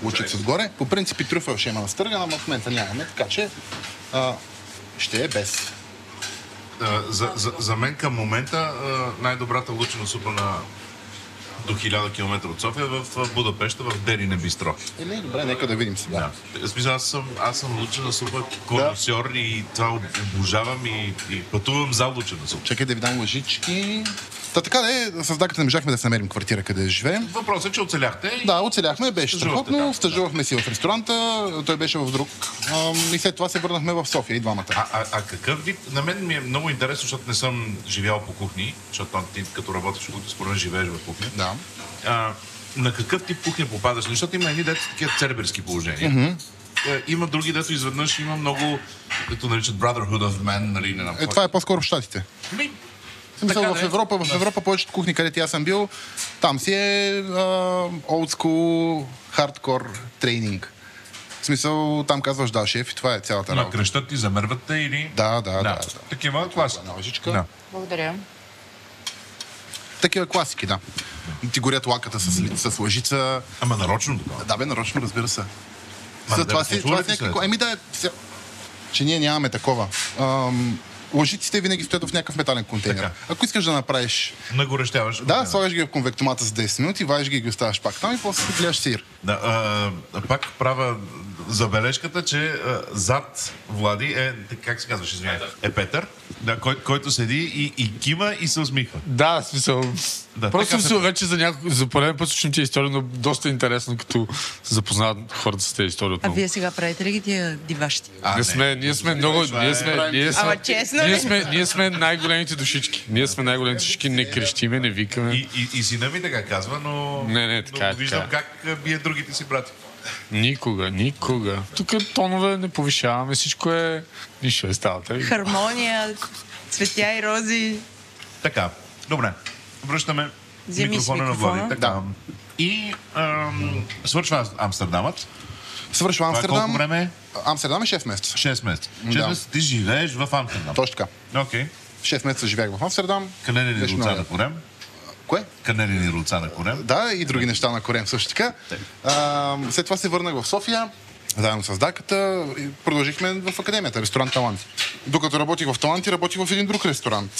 Лучат се отгоре. По принцип и трюфел ще има настърган, ама в момента нямаме, така че а, ще е без.
А, за, за, за мен към момента а, най-добрата лучена супа на до 1000 км от София е в а, Будапешта, в Дерине Бистро.
Или добре, нека да видим сега.
Да. В Смисъл, аз съм, аз съм лучена супа конусьор и това обожавам и, и пътувам за лучена супа.
Чакай да ви дам лъжички. Та така да е, с даката не можахме да се намерим квартира къде да живеем.
Въпросът е, че оцеляхте. и-
Да, оцеляхме, беше
Стажувахте,
страхотно,
да.
стажувахме си в ресторанта, той беше в друг. Ам, И след това се върнахме в София и двамата.
А, а, а какъв вид? На мен ми е много интересно, защото не съм живял по кухни, защото ти като работиш, като според мен живееш в кухня.
Да.
а, на какъв тип кухня попадаш? Защото има едни дето са такива церберски положения. Е, Има други, дето изведнъж има много, дето наричат Brotherhood of Men, нали, не знам.
Е, това е по-скоро в Штатите.
Ми,
В смисъл,
Така да
в
е.
Европа, в Европа повечето кухни, където и аз съм бил, там си е олдскул, хардкор тренинг. В смисъл, там казваш да, шеф, и това е цялата
на
работа.
кръщат ти, замерват те или...
Да, да, да. да. е
Такива класи.
Една лъжичка.
Да.
Благодаря.
Такива класики, да. Ти горят лаката с, ли- с лъжица,
Ама нарочно такова.
Да бе, нарочно, разбира се.
Ма, да,
За това
не
си,
случва
това
ли
си е
ти се?
някакво... Еми да, сега... че ние нямаме такова. Ам, лъжиците винаги стоят в някакъв метален контейнер.
Така.
Ако искаш да направиш...
Нагорещяваш.
Да, слагаш ги в конвектомата за 10 минути, вадиш ги и ги оставаш пак там и после си гледаш сир.
Да, а, пак правя забележката, че а, зад Влади е, как се казваш, извинявай, е Петър, да, кой, който седи и, и кима и се усмихва.
Да, в смисъл.
Да,
Просто
така
съм
се
сигурен, че за, някой, за пореден път слушам тия истории, но доста е интересно, като се запознават хората с тези истории
А
отново.
вие сега правите ли ги тия диващи?
А,
ние
не.
сме, ние сме много,
това е-
ние сме, ние сме,
Ама честно ли?
ние сме, ние сме най-големите душички. Ние сме най-големите душички, не крещиме, не викаме.
Е, И, и, и сина ми така казва, но,
Не, не, така
но
е,
виждам
така
как а, бие другите си брати.
Никога, никога. Тук тонове не повишаваме, всичко е... Нищо не става. тъй.
Хармония, цветя и рози.
Така, добре. Връщаме
Вземи си
микрофона на
микрофона.
Влади. Така. И ам, свършва Амстердамът.
Свършва
Това е
Амстердам.
колко време е?
Амстердам е 6 месеца.
6 месеца. 6
Да.
месеца ти живееш в Амстердам.
Точно така.
Окей.
6 месеца живях в Амстердам.
Канелени
Беше
руца
много
на
яко.
корем.
Кое?
Канелени руца на корем.
Да, и други неща на корем също така. А, след това се върнах в София, заедно с Даката, и продължихме в академията, ресторант Таланти. Докато работих в Таланти, работих в един друг ресторант.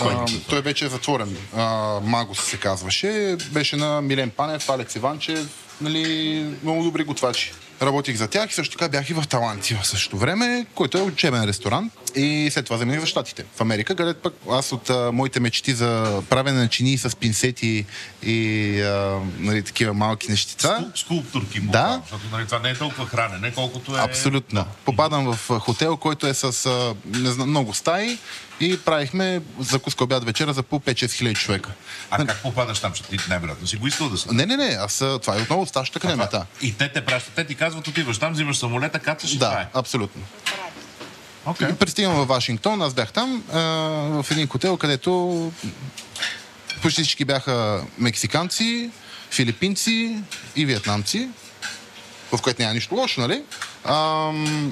А, той вече е затворен. А, Магус се казваше. Беше на Милен Панев, Алекс Иванчев, нали, много добри готвачи. Работих за тях и също така бях и в Таланти в същото време, който е учебен ресторант. И след това заминах за Штатите, в Америка, където пък аз от а, моите мечти за правене на чинии с пинсети и а, нали, такива малки нещица.
Скул- Скулптурки му.
Да.
Защото нали, това не е толкова хранене, колкото е...
Абсолютно. Попадам в а, хотел, който е с а, не знам, много стаи и правихме закуска обяд вечера за по 5-6 хиляди човека.
А как попадаш там, защото ти най-вероятно си го искал да си.
Не, не, не, аз а, това е отново от старшата академията.
И те те пращат, те ти казват, отиваш там, взимаш самолета, кацаш и това
Да,
е.
абсолютно.
Окей.
И Е, пристигам във Вашингтон, аз бях там, а, в един хотел, където почти всички бяха мексиканци, филипинци и виетнамци, в което няма нищо лошо, нали? Ам,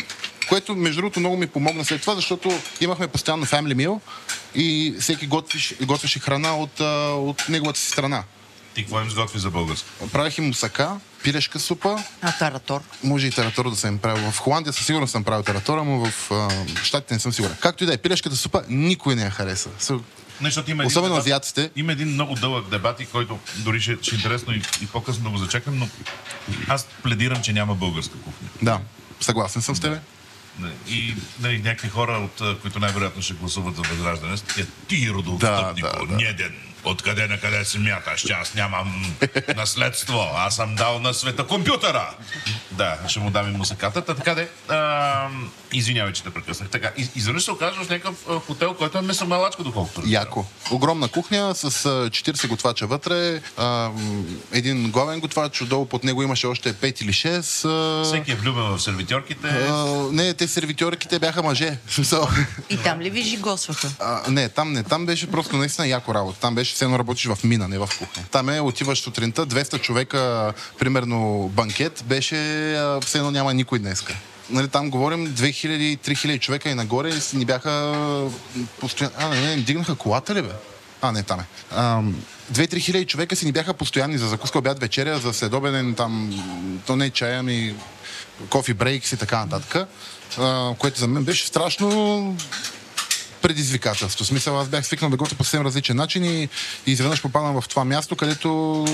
което, между другото, много ми помогна след това, защото имахме постоянно family meal и всеки готвиш, готвеше храна от, а, от неговата си страна.
Ти какво им сготви за българско?
Правих им мусака, пилешка супа,
А таратор?
може и таратора да съм правил. В Холандия със сигурност съм правил таратора, но в а, Штатите не съм сигурен. Както и да е, пилешката супа никой не я хареса. С-
Не, защото има един
Особено
дебат-
азиатците.
Има един много дълъг дебат, и който дори ще, ще е интересно и, и по-късно да го зачекам, но аз пледирам, че няма българска кухня.
Да, съгласен съм с тебе.
Не, И нали, някакви хора, от а, които най-вероятно ще гласуват за възраждане, са такива, ти родоотстъпнико,
Да,
да, да,
да, да.
неден, откъде на къде се мяташ, че аз нямам наследство, аз съм дал на света компютъра. Да, ще му дам и мусаката. Та, така де, а, извинявай, че те прекъснах. Така, из- изведнъж се оказваш в някакъв а, хотел, който е месомалачка, доколкото. разбирам.
Яко. Огромна кухня с а, 40 готвача вътре, а, м, един главен готвач, отдолу под него имаше още 5 или 6.
Всеки е влюбен в сервитьорките.
не, те сервитьорките бяха мъже. В смисъл,
И там ли ви жигосваха?
А, не, там не. Там беше просто наистина яко работа. Там беше все едно работиш в мина, не в кухня. Там е, отиваш сутринта, 200 човека, примерно банкет, беше а, все едно няма никой днеска. Нали, там говорим 2000-3000 човека и нагоре и си ни бяха постоянно... А, не, не, им дигнаха колата ли бе? А, не, там е. Ам, 2-3 хиляди човека си ни бяха постоянни за закуска, обяд, вечеря, за следобеден, там, то не чая, ами кофи брейкс и така нататък. А, което за мен беше страшно предизвикателство. В смисъл, аз бях свикнал да готвя по съвсем различен начин и, и изведнъж попадам в това място, където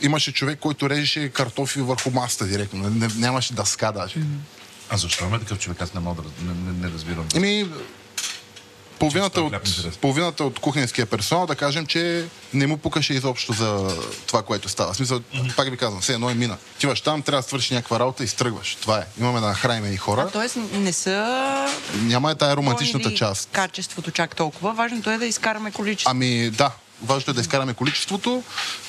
имаше човек, който режеше картофи върху масата директно. Не, нямаше дъска даже.
А защо има такъв човек? Аз не мога да раз- не, не, не разбирам.
Еми, Ами, половината
Чисто
от,
хляб, интересно.
половината от кухненския персонал, да кажем, че не му пукаше изобщо за това, което става. В смисъл, пак ви казвам, все едно е мина. Отиваш там, трябва да свършиш някаква работа и стръгваш. Това е. Имаме да нахраним и хора.
А т.е. не са...
Няма е тая романтичната
проявили
част.
Качеството чак толкова. Важното е да изкараме количество.
Ами да, важно е да изкараме количеството,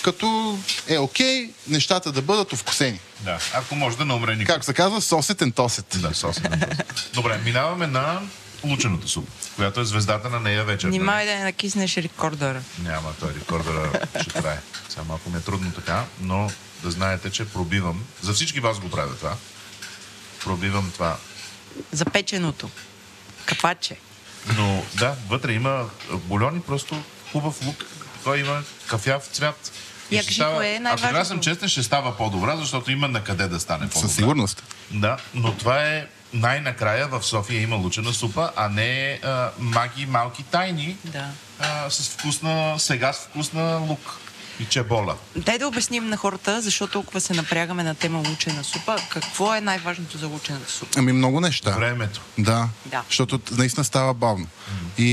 като е окей, нещата да бъдат овкусени.
Да, ако може да не умре никой.
Как се казва, сосет and тосет.
Да, сос. Добре, минаваме на лучената супа, която е звездата на нея вечер.
Внимай да не накиснеш рекордъра.
Няма, той рекордера ще трае. Сега малко ми е трудно така, но да знаете, че пробивам. За всички вас го правя това. Пробивам това.
За печеното. Капаче.
Но да, вътре има а, бульон и просто хубав лук. Той има кафяв цвят.
Я
ще
кажи, кое е
Ако трябва да съм
най-важното?
честен, ще става по-добра, защото има на къде да стане по-добра.
Със сигурност.
Да, но това е най-накрая в София има лучена супа, а не а, маги малки тайни
Да.
а, с вкусна, сега с вкусна лук. И чебола.
Дай да обясним на хората, защо толкова се напрягаме на тема лучена супа. Какво е най-важното за лучената супа?
Ами много неща.
Времето.
Да.
Да.
Защото т- наистина става бавно. И,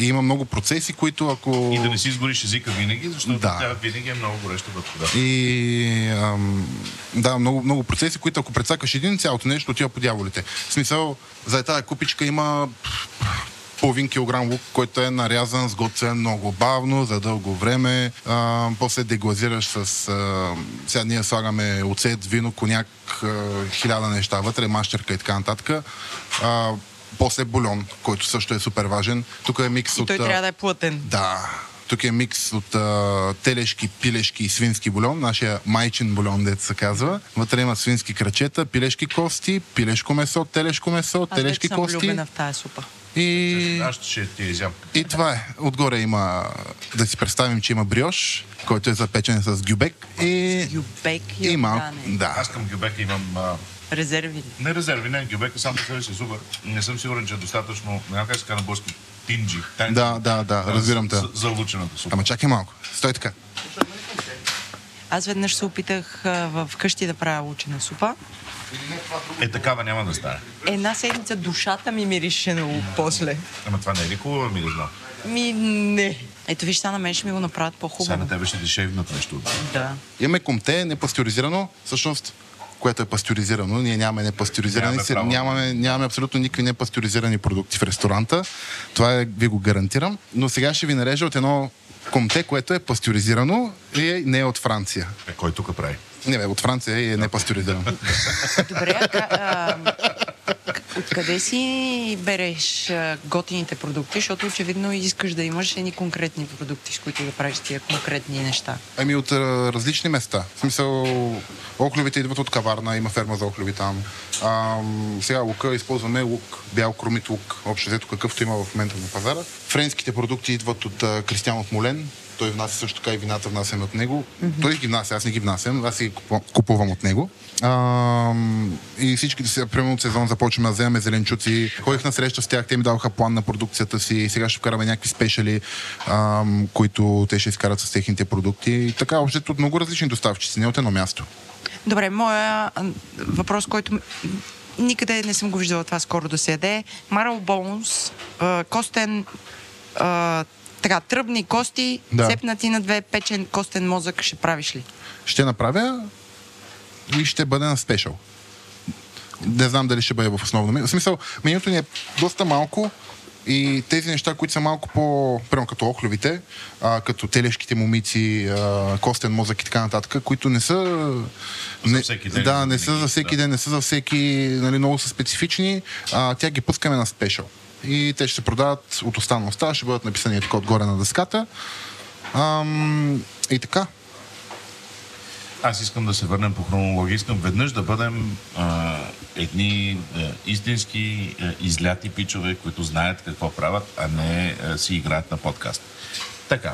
и има много процеси, които ако...
И да не си изгориш езика винаги, защото
Да.
тя винаги е много гореща вътре.
И ам, да, много, много процеси, които ако прецакаш един, цялото нещо отива по дяволите. В смисъл, за тази купичка има пф, половин килограм лук, който е нарязан, сготвен много бавно, за дълго време. А, после деглазираш с... А, сега ние слагаме оцет, вино, коняк, а, хиляда неща вътре, мащерка и така нататък. А, после бульон, който също е супер важен. Тук е микс
И
от...
той
а,
трябва да е плътен.
да. Тук е микс от а, телешки, пилешки и свински бульон, нашия майчин бульон, дето се казва. Вътре има свински крачета, пилешки кости, пилешко месо, телешко месо,
Аз вече
телешки
съм
кости.
влюбена в тази супа.
И,
Аз ще ти я изям.
и това е. Отгоре има, да си представим, че има бриош, който е запечен с гюбек и,
Юбек и
и Е, малко.
Йордане.
Да.
Аз към гюбека имам... А,
Резерви. ли?
не резерви, не гюбека, само себе си супер. Не съм сигурен, че е достатъчно... Няма как се казва на български тинджи. тайнджи.
Да, да, да, разбирам те.
За, за лучената супа.
Ама чакай малко. Стой така.
Аз веднъж се опитах а, в къщи да правя лучена супа.
Е, такава няма да стане.
Една седмица душата ми мирише на лук после.
Ама това не е ли хубава миризма?
Ми не. Ето виж, сега на мен ще ми го направят
Сега на
по-хубаво.
тебе ще ти шевнат нещо.
Да.
Имаме комте, непастеризирано, всъщност, което е пастеризирано. Ние нямаме непастеризирани,
Нямаме
нямаме,
право.
нямаме, нямаме абсолютно никакви непастеризирани продукти в ресторанта. Това е, ви го гарантирам. Но сега ще ви нарежа от едно комте, което е пастеризирано и не е от Франция.
Е, кой тук прави?
Не, бе, от Франция и е непастеризирано.
Добре, а, ка- а, к- откъде си береш а, готините продукти? Защото очевидно искаш да имаш едни конкретни продукти, с които да правиш тия конкретни неща.
Ами от а, различни места. В смисъл, охлювите идват от каварна, има ферма за охлюви там. А, сега лука използваме лук, бял кромит лук, общо взето какъвто има в момента на пазара. Френските продукти идват от а, Кристиан от Молен. Той внася също така и вината внасяме от него. Той ги внася, аз не ги внасям, аз си купувам от него. А, и всичките сега, примерно от сезон започваме да вземаме зеленчуци. Ходих на среща с тях, те ми даваха план на продукцията си и сега ще вкараме някакви спешали, ам, които те ще изкарат с техните продукти. И така, общо от много различни доставчици, не от едно място.
Добре, моя а, въпрос, който м- никъде не съм го виждала това скоро да се яде. Марал Боунс, а, костен, а, така, тръбни кости,
Да.
цепнати на две, печен костен мозък, ще правиш ли?
Ще направя и ще бъде на спешъл. Не знам дали ще бъде в основно меню. В смисъл, менюто ни е доста малко и тези неща, които са малко по... Примерно като охлювите, а, като телешките момици, а, костен мозък и така нататък, които не са... Не,
всеки ден,
да, не
винаги,
са за всеки
да.
ден, не са за всеки... Нали, много са специфични. А, тя ги пускаме на спешъл. И те ще се продават от останалостта, ще бъдат написани така отгоре на дъската. Ам, и така.
Аз искам да се върнем по хронология. Искам веднъж да бъдем а, едни а, истински а, изляти пичове, които знаят какво правят, а не а, си играят на подкаст. Така.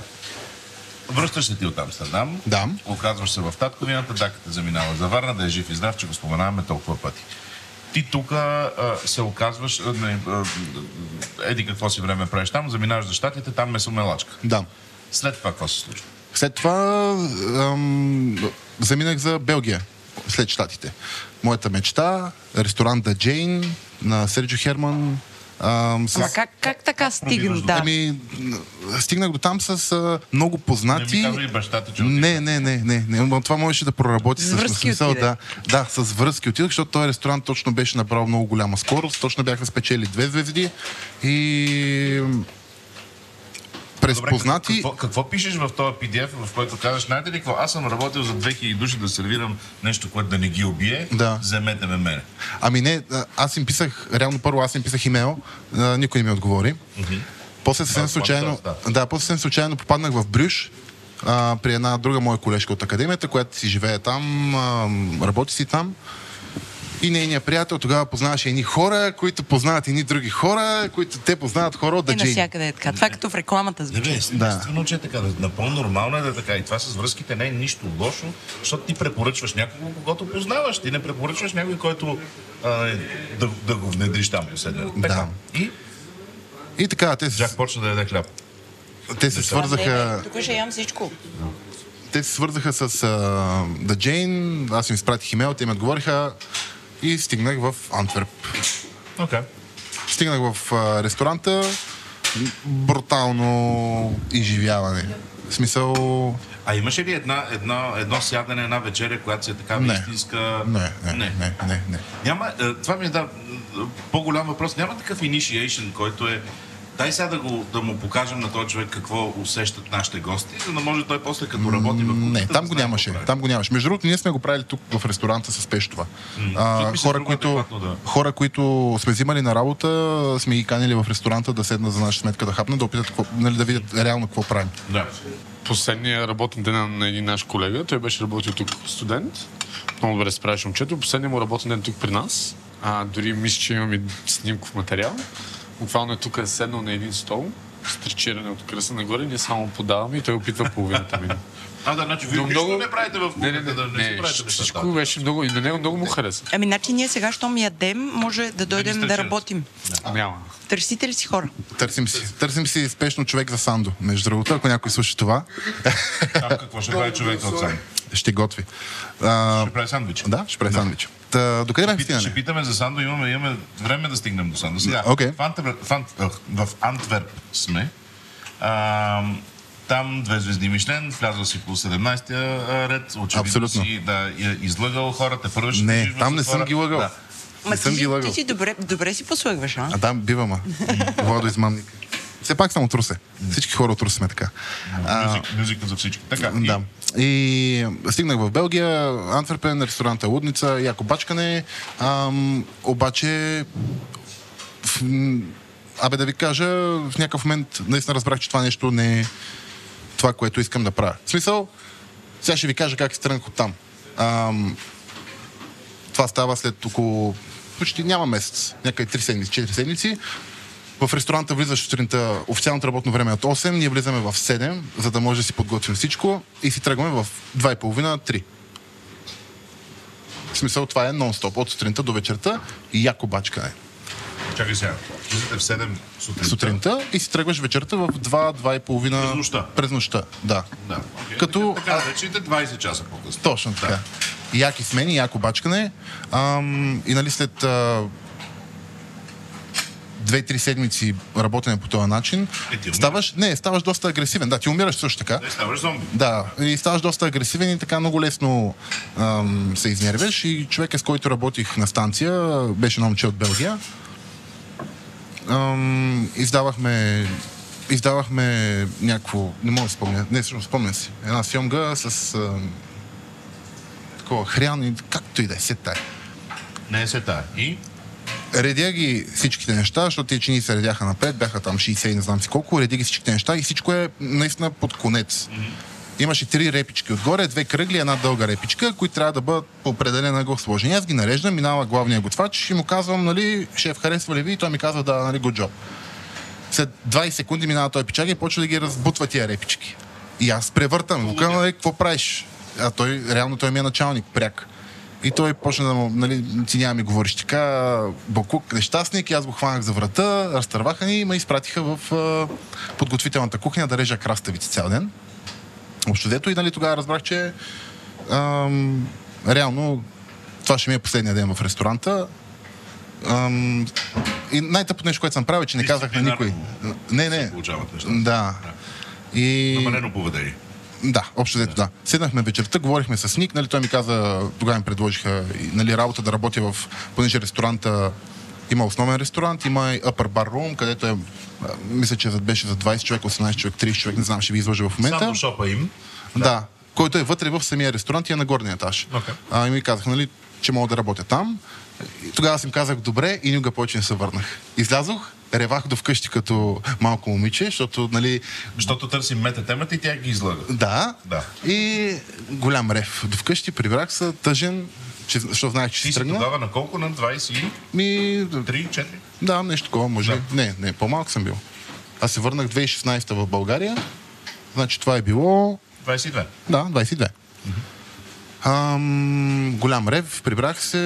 Връщаш се ти от Амстердам.
Да.
Оказваш се в Татковината, даката заминава за Варна, да е жив и здрав, че го споменаваме толкова пъти. Ти тук се оказваш, а, не, а, еди какво си време правиш там, заминаваш за щатите, там месомелачка.
Да.
След това какво се случва?
След това ам, заминах за Белгия, след Штатите. Моята мечта, ресторант Да Джейн на Серджо Херман. Ам, с...
Ама как, как така стигна?
пробиваш
Да.
Ами, н- стигнах до там с а, много
Не
познати.
ми казва и бащата, че
Не, не, не, не, не. но Това можеше да проработи
С
всъщност.
връзки
Смисъл,
отиде.
да, да, с връзки отидох, защото този ресторант точно беше направил много голяма скорост. Точно бяха спечели две звезди и м, през
Добре,
познати...
Какво, какво пишеш в този PDF, в който казваш, знаете ли какво, аз съм работил за 2000 души да сервирам нещо, което да не ги убие,
Да.
вземете ме мене.
Ами не, а, аз им писах, реално първо аз им писах имейл, а, никой не ми отговори. После съвсем
Да,
случайно,
да.
да, после съвсем случайно попаднах в Брюш, а, при една друга моя колежка от академията, която си живее там, а, работи си там. И нейният приятел тогава познаваше едни хора, които познават едни други хора, които те познават хора от
И
Даджин.
навсякъде е така. Това е като в рекламата
Не бе,
звучи.
Нали, естествено, че е така. Напълно нормално е да е така. И това с връзките не е нищо лошо, защото ти препоръчваш някого, когато познаваш. Ти не препоръчваш някой, който а, е, да, да го внедриш там последно. Така. И
И така, те, се-
Джак почна да яде хляб.
те се
А, не,
свързаха...
не, Тук ще ям всичко.
те се свързаха с а, The Jane, аз им изпратих имейл, те ми отговориха и стигнах в Антверп.
Окей.
Стигнах в а, ресторанта, м, брутално изживяване. В смисъл,
А имаше ли една, една, едно сядане, една вечеря, която си е така
Не.
истинска...
не, не, не, не, не. не.
Няма, е, това ми е да, по-голям въпрос. Няма такъв initiation, който е дай сега да, го, да му покажем на този човек какво усещат нашите гости, за да може той после като работи в кухнята...
Не, там
да
го
знае
нямаше.
какво прави.
Там го нямаше. Между другото, ние сме го правили тук в ресторанта с Пеш това.
Тук
А,
ми се
хора,
струва
които,
е адекватно, да.
хора, които сме взимали на работа, сме ги канили в ресторанта да седнат за наша сметка да хапнат, да опитат какво, нали, да видят реално какво правим.
Да.
Последния работен ден на- на един наш колега, той беше работил тук като студент. Много добре се правеше момчето. Последния му работен ден тук при нас. А, дори мисля, че имам и снимков материал. Буквално е тук е седнал на един стол с тричиране от кръса нагоре, ние само подаваме и той опитва половината ми.
А, да, значи вие
Но
нищо
много-
не правите в
Не, не,
кухнята,
не,
да не си
не,
правите нещата.
всичко беше много, и на него много му хареса.
Ами, значи ние сега, щом ядем, може да дойдем да,
стресират.
работим.
Няма.
Търсите ли си хора?
Търсим си. Търсим си спешно човек за Сандо. Между другото, ако някой слуша това,
Там какво ще прави човек от сам?
ще готви. А,
Ще прави сандвич.
да, ще прави сандвич. Та, докъде
Пит-
бяхме
Ще
стигнали?
питаме за Сандо, имаме, имаме време да стигнем до Сандо. Сега,
Окей.
в, Антверп, в, Ант, ах, в Антверп сме. А, там две звезди Мишлен, влязъл си по 17-я а, ред. Очевидно
Абсолютно.
си да, я- излъгал хората. Първо ще
Не,
кажеш в
там не съм
затвора.
ги лъгал.
Да.
Не съм
ти,
ги
си-
лъгал.
ти си добре, добре си послъгваш, а?
А да, бивам, а. Водоизмамник. Все пак съм от Русе. Всички хора от Русе сме така. А,
Мюзик, мюзика за всички. Така. и-
Да. И стигнах в Белгия, Антверпен, ресторанта Лудница, яко бачкане. Ам, обаче, в, м, абе да ви кажа, в някакъв момент наистина разбрах, че това нещо не е това, което искам да правя. В смисъл, сега ще ви кажа как стръгнах от там. Ам, това става след около почти няма месец, някъде 3 седмици, 4 седмици. В ресторанта влизаш сутринта, официалното работно време е от 8, ние влизаме в 7, за да може да си подготвим всичко и си тръгваме в 2.30-3. В смисъл това е нон-стоп, от сутринта до вечерта и яко е бачкане.
Е, Чакай сега. Влизате в 7 сутринта.
Сутринта и си тръгваш вечерта в 2-2.30
През нощта.
През нощта, да.
Да. окей.
Като-
Така, така наречените 20 часа по-късно.
Точно така. Яки смени, яко бачкане. Ам, и нали след а, две-три седмици работене по този начин,
Е, ти умираш.
ставаш, не, ставаш доста агресивен. Да, ти умираш също така.
Не ставаш зомби.
Да, и ставаш доста агресивен и така много лесно ам, се изнервяш. И човека, с който работих на станция, беше едно момче от Белгия. Ам, издавахме издавахме някакво, не мога да спомня, не, всъщност спомням си, една сьомга с ам, такова хрян и както и да е, се тая.
Не е се тая. И?
Редя ги всичките неща, защото тия чини се редяха напред, бяха там 60 и не знам си колко, редя ги всичките неща и всичко е наистина под конец. Имаше три репички отгоре, две кръгли, една дълга репичка, които трябва да бъдат по определена го сложени. Аз ги нареждам, минава главния готвач и му казвам, нали, шеф, харесва ли ви? И той ми казва, да, нали, good job. След 20 секунди минава той печага и почва да ги разбутва тия репички. И аз превъртам. Му казвам, нали, какво правиш? А той, реално той ми е началник, пряк. И той почна да му, нали, ти няма ми говориш така, Бакук, нещастник, и аз го хванах за врата, разтърваха ни и ме изпратиха в а, подготвителната кухня да режа краставици цял ден. Общо взето и нали, тогава разбрах, че ам, реално това ще ми е последния ден в ресторанта. Ам, и най-тъпото нещо, което съм правил, е, че не казах на никой. Не, не.
Получават неща.
Да. И...
Намалено поведение.
Да, общо взето, да. Седнахме вечерта, говорихме с Ник, нали, той ми каза, тогава ми предложиха и, нали, работа да работя в, понеже ресторанта има основен ресторант, има и Upper Bar Room, където е, а, мисля, че за- беше за 20 човек, 18 човек, 30 човек, не знам, ще ви излъжа в момента.
Сандо шопа им.
Да. Който е вътре в самия ресторант и е на горния етаж.
Окей.
А, и ми казах, нали, че мога да работя там. И тогава аз им казах добре и никога повече не се върнах. Излязох, ревах до вкъщи като малко момиче, защото, нали,
Защото търсим мета темата и тя ги излага.
да.
Да.
И голям рев. До вкъщи прибрах се тъжен, че, защото знаех, че
Ти
ще
си
тръгна.
тогава на колко? На 23-4?
Ми, да, нещо такова, може.
Да.
Не, не, по-малък съм бил. Аз се върнах 2016 в България. Значи това е било
22.
да, 22. Ам, голям рев, прибрах се,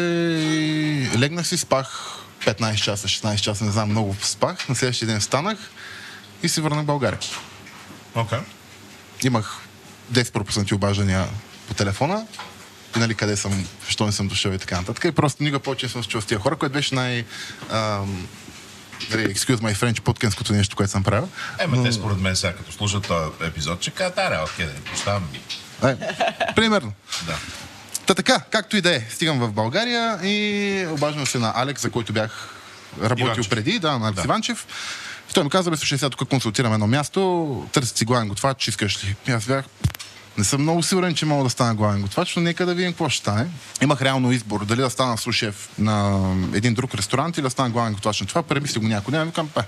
и легнах си, спах 15 часа, 16 часа, не знам, много спах. На следващия ден станах и се върнах в България.
Окей.
Имах 10 пропуснати обаждания по телефона. И, нали, къде съм, що не съм дошъл и така нататък. И просто никога повече не съм се чувал с тия хора, което беше най... Ам, нали, excuse my French, подкенското нещо, което съм правил.
Ема Е, те според мен сега като слушат този епизод, че казват, аре, окей, да ни поставям.
Е, примерно.
Да.
Та така, както и да е, стигам в България и обаждам се на Алекс, за който бях работил
Иванчев.
преди, да, на Алекс
Да.
Иванчев. И той ми каза, бе, слушай, сега тук консултирам едно място, търси си главен готвач, че искаш ли. И аз бях, не съм много сигурен, че мога да стана главен готвач, но нека да видим какво ще стане. Имах реално избор, дали да стана сушеф на един друг ресторант или да стана главен готвач на това. Премисли го няколко дни, и викам, па, «Е,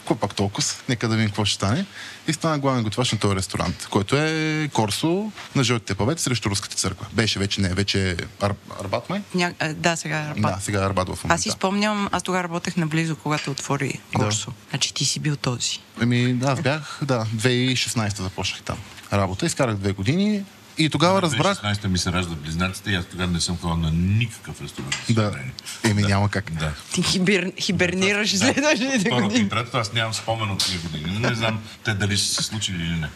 какво пак толкова, нека да видим какво ще стане. И стана главен готвач на този ресторант, който е Корсо на жълтите павета срещу Руската църква. Беше вече, не, вече е Ар, Арбат май?
Ня... а, Да, сега е Арбат.
Да, сега е Арбат в момента.
Аз си спомням, аз тогава работех наблизо, когато отвори Корсо. Значи ти си бил този.
Ами, да, аз бях, да, 2016 започнах там работа. Изкарах две години и тогава разбрах...
16-та ми се раждат близнаците и аз тогава не съм ходил на никакъв ресторант. за
Да,
съжаление.
еми няма как.
Да.
Ти хибер... хибернираш следващите
Второто и
години.
третото, е аз нямам спомен от тези години. Не знам те дали са се случили или не.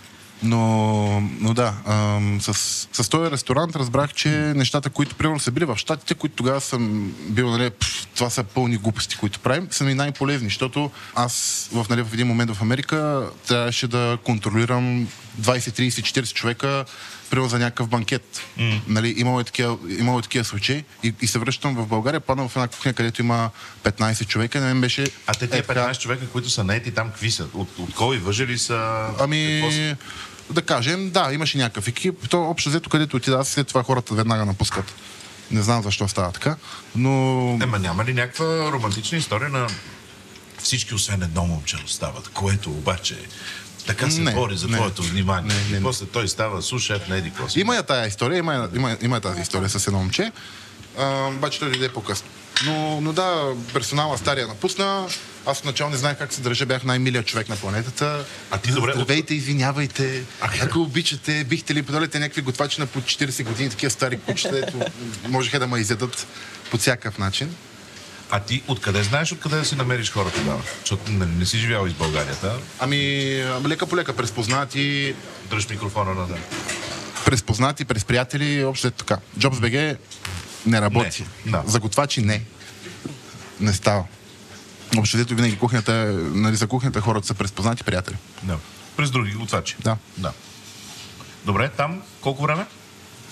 Но, но да, ам, с, с този ресторант разбрах, че нещата, които примерно са били в Штатите, които тогава съм бил, нали, пф, това са пълни глупости, които правим, са ми най-полезни, защото аз в, нали, в един момент в Америка трябваше да контролирам 20, 30, 40 човека примерно за някакъв банкет. Mm. Нали, имало, е такива, имало е такива случаи и, и се връщам в България, падам в една кухня, където има 15 човека и на мен беше...
А те
е
тия
така-
15 човека, които са наети там, какви са? От, от кой въжи ли са? Какво са?
Ами, да кажем, да, имаше някакъв екип. То общо взето, където отида, аз след това хората веднага напускат. Не знам защо става така, но...
Ема няма ли някаква романтична история на всички, освен едно момче остават, което обаче така се
Не,
бори за
не.
твоето внимание.
Не, не,
и
не.
после той става сушеф на Еди Косми.
Има я тая история, има, я- има, има я тази история с едно момче. А, обаче той дойде по-късно. Но, но да, персонала стария напусна. Аз отначало не знаех как се държа, бях най-милият човек на планетата.
А ти добре,
Здравейте, извинявайте. Ако обичате, бихте ли подалите някакви готвачи на по 40 години, такива стари кучета, ето, можеха да ме изядат по всякакъв начин.
А ти откъде знаеш откъде да си намериш хора тогава? Защото нали, не си живял из Българията.
Ами, лека по лека, през познати,
Дръж микрофона на да.
през познати, през приятели, общо е така. Jobs BG не работи.
Не, да.
За готвачи не. Не става. Общо взето винаги кухнята, е- нали, за кухнята хората са през познати приятели.
да. През други готвачи.
Да.
да. Добре, там колко време?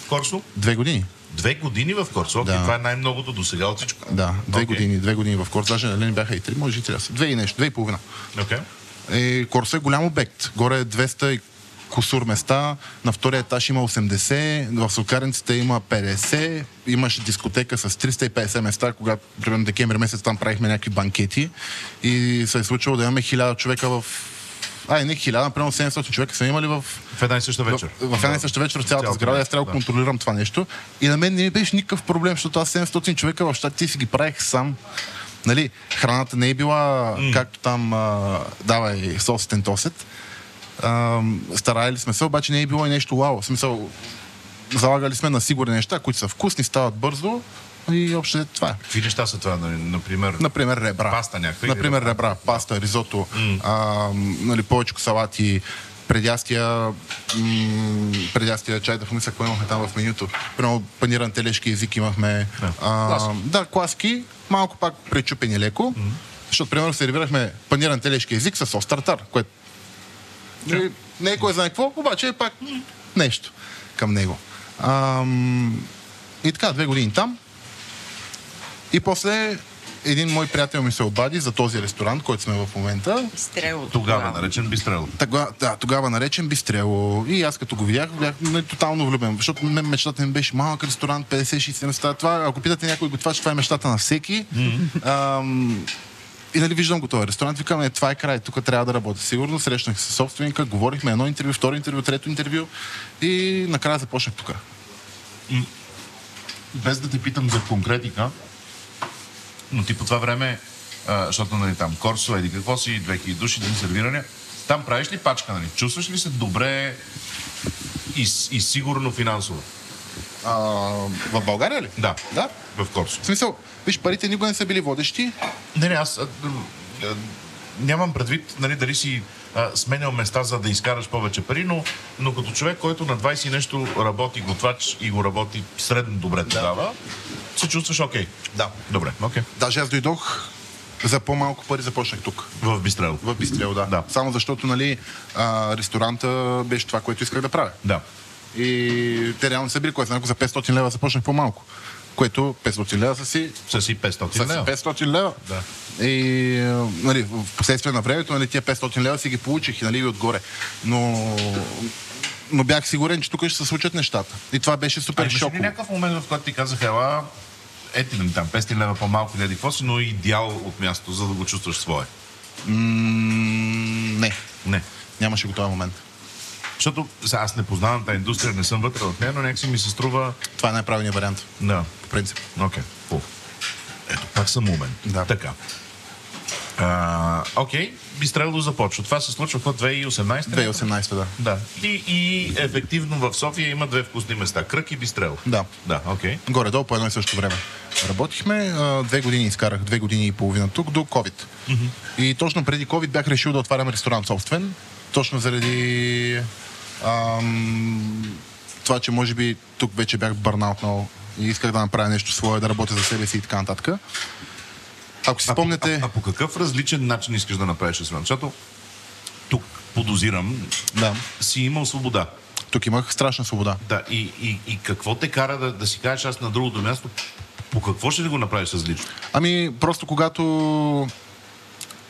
В Корсо?
Две години.
Две години в Корсо. Да.
Да.
това е най-многото до сега от всичко.
Да, две
Окей.
okay. години, две години в Корс. Даже нали не бяха и три, може и три. да са. Две и нещо, две и половина.
Окей.
Е, Корсо е голям обект. Горе е 200 и кусур места, на втория етаж има 80, в сокарниците има 50, имаше дискотека с 350 места, когато примерно декември месец там правихме някакви банкети и се е случило да имаме 1000 човека в... Ай, не 1000, например 700 човека са имали в
В една и съща вечер.
в, в една и съща вечер в цялата
Цялата
сграда, аз
вечер,
трябва да
да.
контролирам това нещо. И на мен не ми беше никакъв проблем, защото аз 700 човека в щатите си ги правих сам. Нали, храната не е била както там а, давай сосетен тосет. А, старали сме се, обаче не е било и нещо вау. В смисъл, залагали сме на сигурни неща, които са вкусни, стават бързо и общо взето това е.
Какви неща са това, нали, например?
Например, ребра.
Паста някаква или
Например,
ребра?
ребра, паста, ризото, а, нали, повечко салати, предястия, м- предястия чай, да помисля, какво имахме там в менюто. Примерно паниран телешки език имахме.
Да,
А,
класки.
да, класки, малко пак пречупени леко. Защото, примерно, сервирахме паниран телешки език с остър тартар, което Нали, Не е кой знае какво, обаче е пак нещо към него. Ам, и така, две години там. И после един мой приятел ми се обади за този ресторант, който сме в момента.
Изстрел.
Тогава,
нали?
наречен бистрел.
Тога, да, тогава наречен Бистрело. И аз като го видях, бях нали, тотално влюбен, защото мен мечтата ми беше малък ресторант, 50-60 места. Това, ако питате някой готвач, това е мечтата на всеки. Ам, и нали виждам го този ресторант, викам, е, това е край, тук трябва да работя. Сигурно срещнах се с собственика, говорихме едно интервю, второ интервю, трето интервю и накрая започнах тук.
без да те питам за конкретика, но ти по това време, а, защото нали, там Корсо, еди какво си, 2000 души, дни сервиране, там правиш ли пачка, нали? Чувстваш ли се добре и, с- и сигурно финансово?
А, в България ли?
Да.
Да.
В Корсо.
В смисъл, виж, парите никога не са били водещи.
Не, не, аз а, м, а, нямам предвид, нали, дали си а, а, сменял места, за да изкараш повече пари, но, но като човек, който на 20 и нещо работи готвач и го работи средно добре тогава, се чувстваш окей.
Да.
Добре, окей.
Даже аз дойдох за по-малко пари започнах тук.
В Бистрел.
В Бистрел, да.
Да.
Само защото, нали, а, ресторанта беше това, което исках да правя.
Да.
И те реално са били, което ако за 500 лева започнах по-малко. Което 500 лева са си
Са си 500
с
лева.
500 лева.
Да.
И а, нали, в последствие на времето нали, тия 500 лева си ги получих и нали, и отгоре. Но, но бях сигурен, че тук ще се случат нещата. И това беше
А
супер
имаше ли
шоково.
някакъв момент, в който ти казаха, ела, ети да ми там 500 лева по-малко, не еди какво си, но и идеал от място, за да го чувстваш свое?
М, не,
Не.
нямаше го този момент.
Защото сега аз не познавам тази индустрия, не съм вътре в нея, но някакси ми се струва...
Това е най-правилният вариант,
Да,
по принцип.
окей. Хубаво. Ето, пак съм умен.
Да.
Така. А, окей, би трябвало да започва. Това се случва в 2018.
2018, да.
Да. И, и ефективно в София има две вкусни места. Кръг и Бистрел.
Да.
Да, окей.
Горе-долу по едно и също време. Работихме, а, две години изкарах, две години и половина тук до COVID. И точно преди COVID бях решил да отварям ресторант собствен, точно заради ам, това, че може би тук вече бях бърнаутнал и исках да направя нещо свое, да работя за себе си и така нататък. Ако си спомняте...
А, а по какъв различен начин искаш да направиш ресторант? Защото тук подозирам,
Да,
си имал свобода.
тук имах страшна свобода.
Да, и, и, и какво те кара да, да си кажеш аз на другото място, по какво ще ли го направиш различно?
Ами, просто когато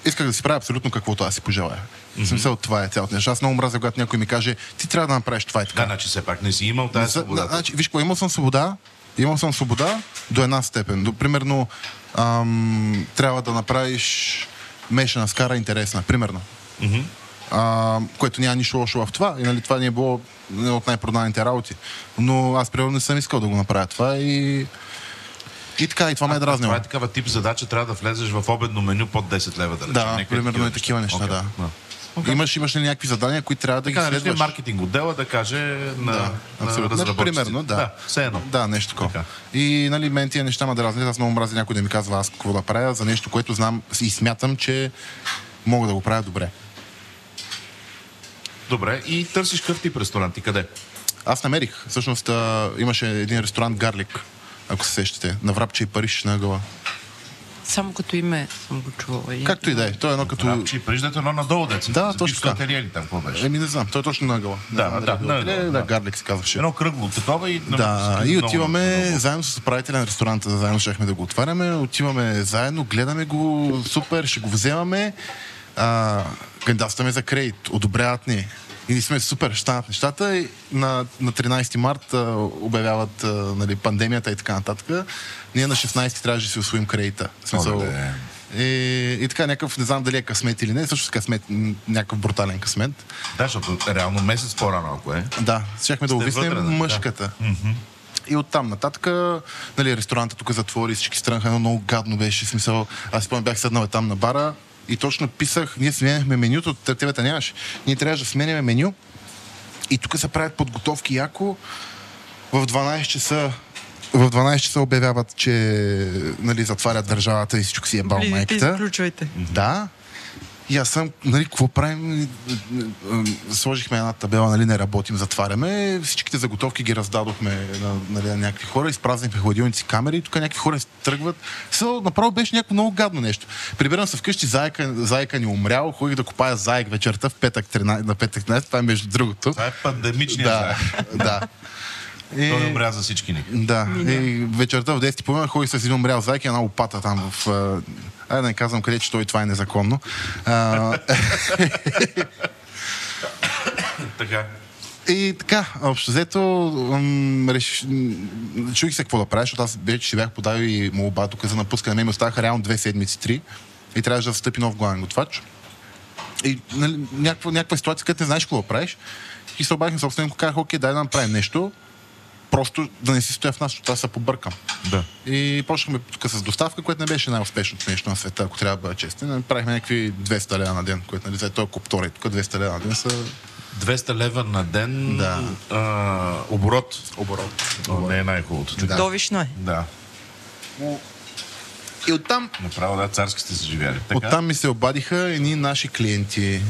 исках да си правя абсолютно каквото аз си пожелая. Mm-hmm. Смисъл, това е цялото нещо. Аз много мразя, когато някой ми каже, ти трябва да направиш това и така.
Да, значи все пак не си имал
Не
тази
са-
свобода.
Значи, виж, какво, имал съм свобода, имал съм свобода до една степен. До, примерно, ам, трябва да направиш мешана скара интересна, примерно. А, което няма нищо лошо в това. И нали, това ни е било едно от най-проданите работи. Но аз примерно не съм искал да го направя това и... И така, и това ме е дразнило.
Това е такава тип задача, трябва да влезеш в обедно меню под 10 лева, да речем.
Да,
някакви
примерно и такива неща,
Окей,
да. Имаш, имаш ли някакви задания, които трябва да
Така
ги
наречен
следваш?
маркетинг отдела да каже на,
Да,
на
абсолютно. Значи,
разработчиците.
Примерно, да.
да. все едно.
Да, нещо такова.
Така.
И нали, мен тия неща ма да разнят. Аз много мразя някой да ми казва аз какво да правя за нещо, което знам и смятам, че мога да го правя добре.
Добре, и търсиш какъв тип ресторанти, къде?
Аз намерих. Всъщност а, имаше един ресторант Гарлик, ако се сещате, на Врабче и Париж на гъла.
Само като име съм го чувала. И-
Както и да е. Той е едно като...
Рапчи, приждате едно надолу, деца. За
Да, точно
бившото
така.
ателие ли там, какво беше?
Еми не знам, той е точно на гъла. Не
Да,
знам
да,
дали е било
на гъла,
ателие,
да.
Да, Гарлик се казваше.
Едно кръгло такова и...
Да, и
много
отиваме
надолу.
заедно с управителя на ресторанта, заедно щяхме да го отваряме, отиваме заедно, гледаме го, супер, ще го вземаме, а, кандидатстваме за кредит, одобряват ни. И ние сме супер, ще станат нещата. И на, на 13 март а, обявяват а, нали, пандемията и така нататък. Ние на 16 трябваше да си освоим кредита. В Смисъл,
Оле.
и, и така някакъв, не знам дали е късмет или не, също късмет, м, някакъв брутален късмет.
Да, защото реално месец по-рано, ако е.
Да, щяхме да увиснем
вътре, нали?
мъжката. И оттам нататък, нали, ресторанта тук затвори, всички странха, едно много гадно беше, в смисъл, аз спомням, бях седнал е там на бара и точно писах, ние сменяхме менюто, те- тебета нямаше, ние трябваше да сменяме меню и тук се правят подготовки яко, в 12 часа в 12 часа обявяват, че нали, затварят държавата и всичко си е бал
Влизайте,
майката.
изключвайте.
Да. И аз съм, нали, какво правим? е, Сложихме една табела, нали, не работим, затваряме. Всичките заготовки ги раздадохме на, нали, на някакви хора, изпразнихме хладилници, камери и тук някакви хора тръгват. Все, направо беше някакво много гадно нещо. Прибирам се вкъщи, зайка, зайка ни е умрял, ходих да купая заек вечерта в петък 13, на петък 13, това е между другото.
Това е пандемичният
Да, Е.
да.
да. И-
Той е умря за всички ни.
да, и вечерта в 10 половина ходих с един умрял зайки, една опата там в... а, Айде да не казвам къде, че той това е незаконно. А,
Така.
и така, общо взето, м, реш... м, чуих се какво да правя, защото аз вече си бях подавил и молба тук за напускане. Мен ми оставаха реално две седмици, три. И трябваше да встъпи нов главен готвач. И нали, някаква, някаква ситуация, където не знаеш какво да правиш. И се обадих на собственик, казах, окей, дай да направим нещо. Просто да не си стоя в нас, защото аз се побъркам.
Да.
И почнахме тук с доставка, което не беше най-успешното нещо на света, ако трябва да бъда честен. Нали, Правихме някакви 200 лева на ден, което нали, за този коптори. Тук 200 лева на ден са
200 лева на ден
Да.
а, оборот.
оборот.
Но не е най-хубавото. Така.
Довишно е.
Да.
И оттам,
Направо да, царски сте се живяли. Така.
оттам ми се обадиха едни наши клиенти,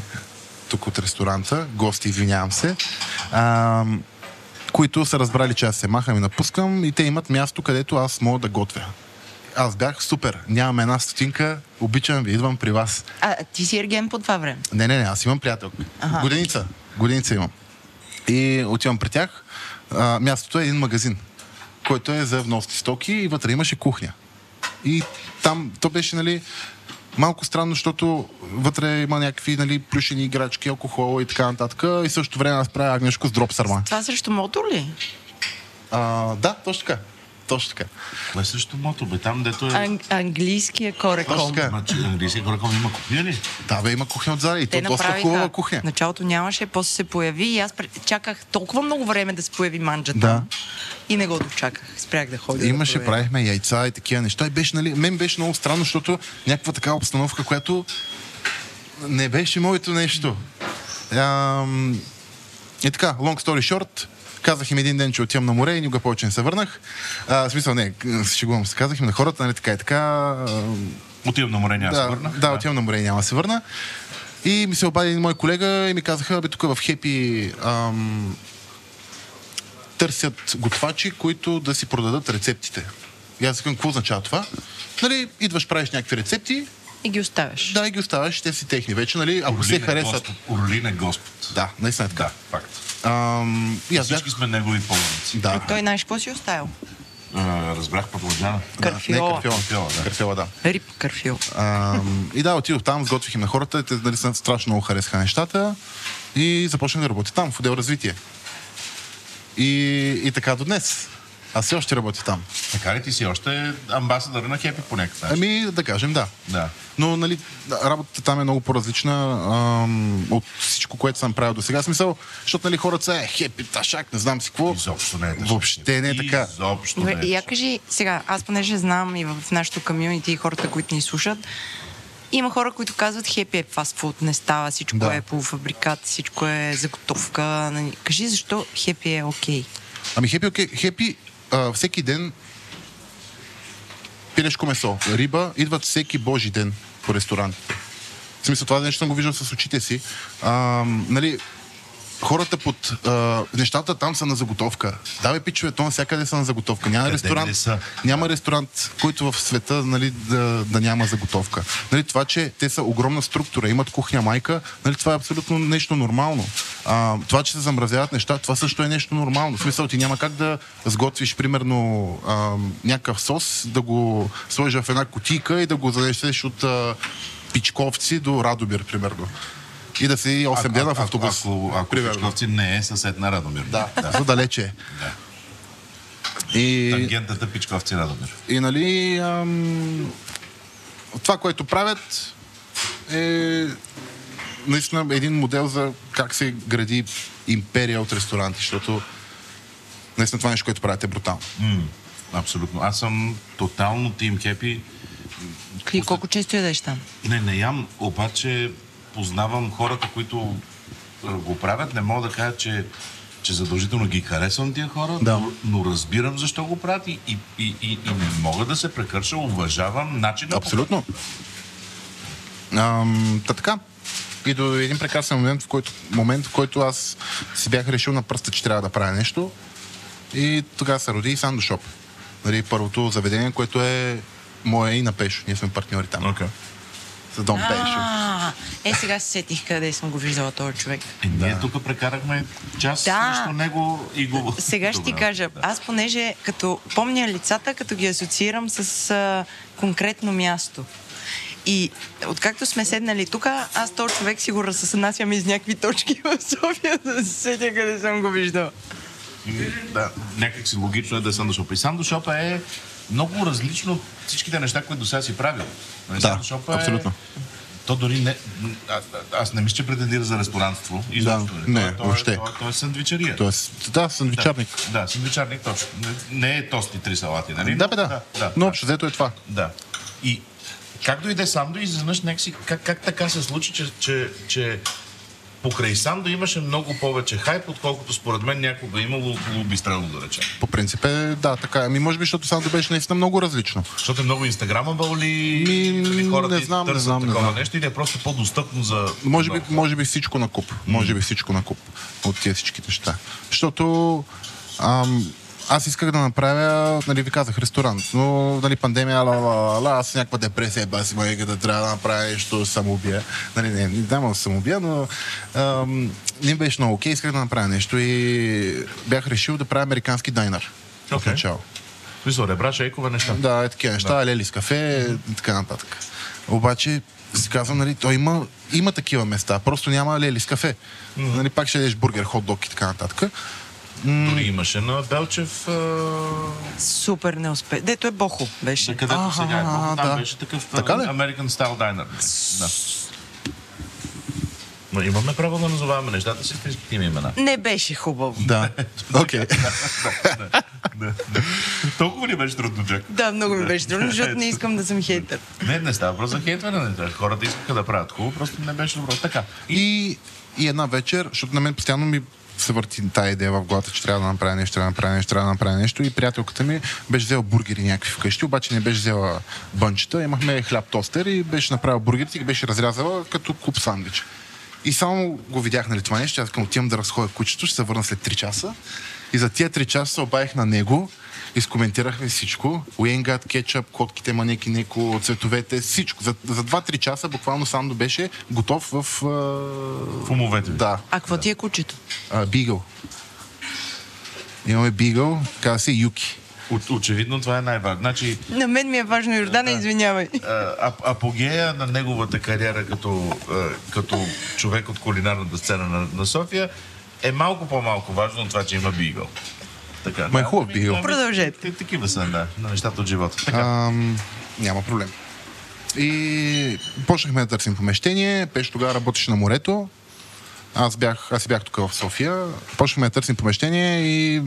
тук от ресторанта, гости, извинявам се, а, които са разбрали, че аз се махам и напускам и те имат място, където аз мога да готвя. Аз бях супер, нямам една стотинка, обичам ви, идвам при вас.
А, ти си ерген по това време.
Не, не, не, аз имам приятел.
Аха.
Годеница. Годеница имам. И отивам при тях. А, мястото е един магазин, който е за вноски стоки и вътре имаше кухня. И там то беше, нали, малко странно, защото вътре има някакви, нали, плюшени играчки, алкохол и така нататък. И също време аз правя агнешко с дроп сърма.
Това срещу мотор ли?
А, да, точно така. Точно така.
Кое е също мото, бе? Там, дето е...
Ан- английския кореком.
Точно така. е.
Значи, английския кореком има кухня ли?
Да, бе, има кухня отзад и то
Те
доста
направиха.
хубава кухня.
В началото нямаше, после се появи и аз пред- чаках толкова много време да се появи манджата.
Да.
И не го дочаках. Спрях да ходя. да
Имаше,
проверя.
правихме яйца и такива неща. И беше, нали, мен беше много странно, защото някаква така обстановка, която не беше моето нещо. Ам... И така, long story short, казах им един ден, че отивам на море и никога повече не се върнах. А, в смисъл, не, се шегувам се. Казах им на хората, нали, така и така. ам,
Отивам на море, няма да се
да,
върна.
да, отивам на море и няма да се върна. И ми се обади един мой колега и ми казаха, бе, тук в Хепи ам, търсят готвачи, които да си продадат рецептите. И аз казвам, какво означава това? Нали, идваш, правиш някакви рецепти,
И ги оставяш.
да, и ги оставаш, те си техни вече, нали, ако
Орлин
се
е
харесат.
Господ. Орлин е Господ.
Да, наистина е така.
Да, факт.
Ам, и аз бях...
Всички сме негови пълници.
Да.
Той знаеш какво си оставил?
А, разбрах пътладжана.
Карфиола.
Да, не, е
Карфиола,
карфиола, да.
да.
Карфиола, да.
Риб карфил.
Ам, и да, отидох там, сготвих им на хората, те нали, са- страшно много харесаха нещата и започнах да работя там, в отдел развитие. И, и така до днес. Аз все още работя там.
Така ли ти си още амбасадър на Хепи по някакъв начин?
Ами, да кажем, да.
Да.
Но, нали, работата там е много по-различна ам, от всичко, което съм правил до сега. Смисъл, защото, нали, хората са, е, хепи, ташак, не знам си какво.
Изобщо не е така.
Ами, Въобще не е така.
Изобщо не е
Добре,
така.
я кажи сега, аз понеже знам и в нашото комьюнити и хората, които ни слушат, има хора, които казват хепи е фастфуд, не става, всичко
Да.
е полуфабрикат, всичко е заготовка. нали. Кажи защо хепи е окей.
Ами хепи, окей, хепи, а, всеки ден пилешко месо, риба, идват всеки божи ден по ресторантите. В смисъл, това нещо съм го виждал с очите си. А, нали, хората под... А, нещата там са на заготовка. Давай, пичове, то навсякъде са на заготовка. Няма
Къде
ресторант,
не са?
няма ресторант, който в света нали, да, да няма заготовка. Нали, това, че те са огромна структура, имат кухня майка, нали, това е абсолютно нещо нормално. А, това, че се замразяват неща, това също е нещо нормално. В смисъл, ти няма как да сготвиш, примерно, а, някакъв сос, да го сложиш в една котийка и да го занесеш от а, Пичковци до Радобир, примерно. И да си 8
Ако-
дена в
ако-
автобус.
Ако, ако
примерно.
Печковци не е съсед на Радомир.
Да, да. далече е. И...
Тангентата Пичковци Радомир.
И нали, ам, това, което правят е наистина един модел за как се гради империя от ресторанти, защото наистина това нещо, което правят е брутално.
М, Абсолютно. Аз съм тотално тим хепи.
Кли, колко често ядеш там?
Не, не ям, обаче познавам хората, които а, го правят. Не мога да кажа, че, че задължително ги харесвам тия хора,
Да.
но, но разбирам защо го правят и, и, и, и, и не мога да се прекърша. Уважавам начина. по-
Абсолютно. Ам, та така. И до един прекрасен момент в, който, момент, в който аз си бях решил на пръста, че трябва да правя нещо. И тогава се роди и Сандошоп. Нали, първото заведение, което е мое и на Пешо. Ние сме партньори там. Okay. За Дом Пешо.
А, е, сега се сетих къде съм го виждала този човек.
Е, ние тук прекарахме час
Да.
срещу него и го...
Сега ще ти
Добре,
кажа,
да.
аз понеже като помня лицата, като ги асоциирам с а, конкретно място. И откакто сме седнали тук, аз този човек си го разсънасям из някакви точки в София, да се сетя къде съм го виждала.
Да, някак си логично е да е Сандошопа. И Сандошопа е много различно от всичките неща, които до сега си правил. Нали,
Да,
Сандошопа
абсолютно.
То дори не... А, а- аз не мисля, че претендира за ресторантство. Изобщо,
Да,
нали?
не,
Той- той е-
въобще.
Той, той е сандвичария.
Тоест, да, сандвичарник.
Да, да, сандвичарник, точно. Не, не е тост и три салати, нали?
Да, да, бе, да.
да, да
Но общо взето е това.
да. И как дойде сам до изведнъж някакси, как, как така се случи, че, че, че покрай Сандо имаше много повече хайп, отколкото според мен някога е имало около Бистрело, да речем.
По принцип е, да, така. е. Ами може би, защото Сандо беше наистина много различно.
Защото е много инстаграмабъл ли?
Ми,
дали хората
не знам, не
търсят
знам, не
такова
знам.
нещо или е просто по-достъпно за...
Може би,
много хора?
може би всичко на куп. Може би всичко на куп от тия всички неща. Защото ам, аз исках да направя, нали ви казах, ресторант, но нали, пандемия, ла, ла, ла, ла, аз с някаква депресия, баси майка, да трябва да направя нещо, да се самоубия. Нали, не, не дам да се самоубия, но ам, не беше много окей, исках да направя нещо и бях решил да правя американски дайнер. Okay. В
Окей.
начало.
В смисъл, ребра, шейкове, неща.
Да, е такива неща, да. лели с кафе и така нататък. Обаче, си казвам, нали, той има, има такива места, просто няма лели с кафе. Mm-hmm. Нали, пак ще ядеш бургер, хот-дог и така нататък.
Дори имаше на Белчев... а,
Супер неуспех. Дето е Бохо беше.
Да, където
Аха,
сега е. Бог, Там
да.
беше такъв
Така ли?
а, American Style Diner. Да. Но имаме право да назоваваме нещата с истинските им имена.
Не беше хубаво.
Да. Окей.
Толкова ли беше трудно, Джак?
Да, много ми беше трудно, защото не искам да съм хейтър.
Не, не става въпрос за хейтване. не. Хората искаха да правят хубаво, просто не беше добро. Така.
И, и една вечер, защото на мен постоянно ми се върти тази идея в главата, че трябва да направя нещо, трябва да направя нещо, трябва да направя нещо. И приятелката ми беше взела бургери някакви вкъщи, обаче не беше взела бънчета. Имахме хляб тостер и беше направила бургерите и ги беше разрязала като куп сандвич. И само го видях, нали, това нещо, аз към отивам да разходя кучето, ще се върна след 3 часа. И за тия 3 часа се обадих на него, изкоментирахме всичко. Уенгат, кетчъп, котките, манеки, неко, цветовете, всичко. За, за 2-3 часа буквално Сандо беше готов в... а,
В умовете ви.
да,
А какво ти е кучето?
а, Бигъл. Имаме Бигъл, казва се Юки.
От- Очевидно това е най-важно. Значи,
На мен ми е важно, Йордана, извинявай.
а, ап- апогея на неговата кариера като, а, като човек от кулинарната сцена на, на София е малко по-малко важно от това, че има бигъл. Така.
Ма е хубав
Ами,
бигъл.
ами,
Продължете.
т- Такива са, да, на нещата от живота. Така.
Ам, няма проблем. И почнахме да търсим помещение. Пеш тогава работеше на морето. Аз, бях, аз си бях тук в София. Почнахме да търсим помещение и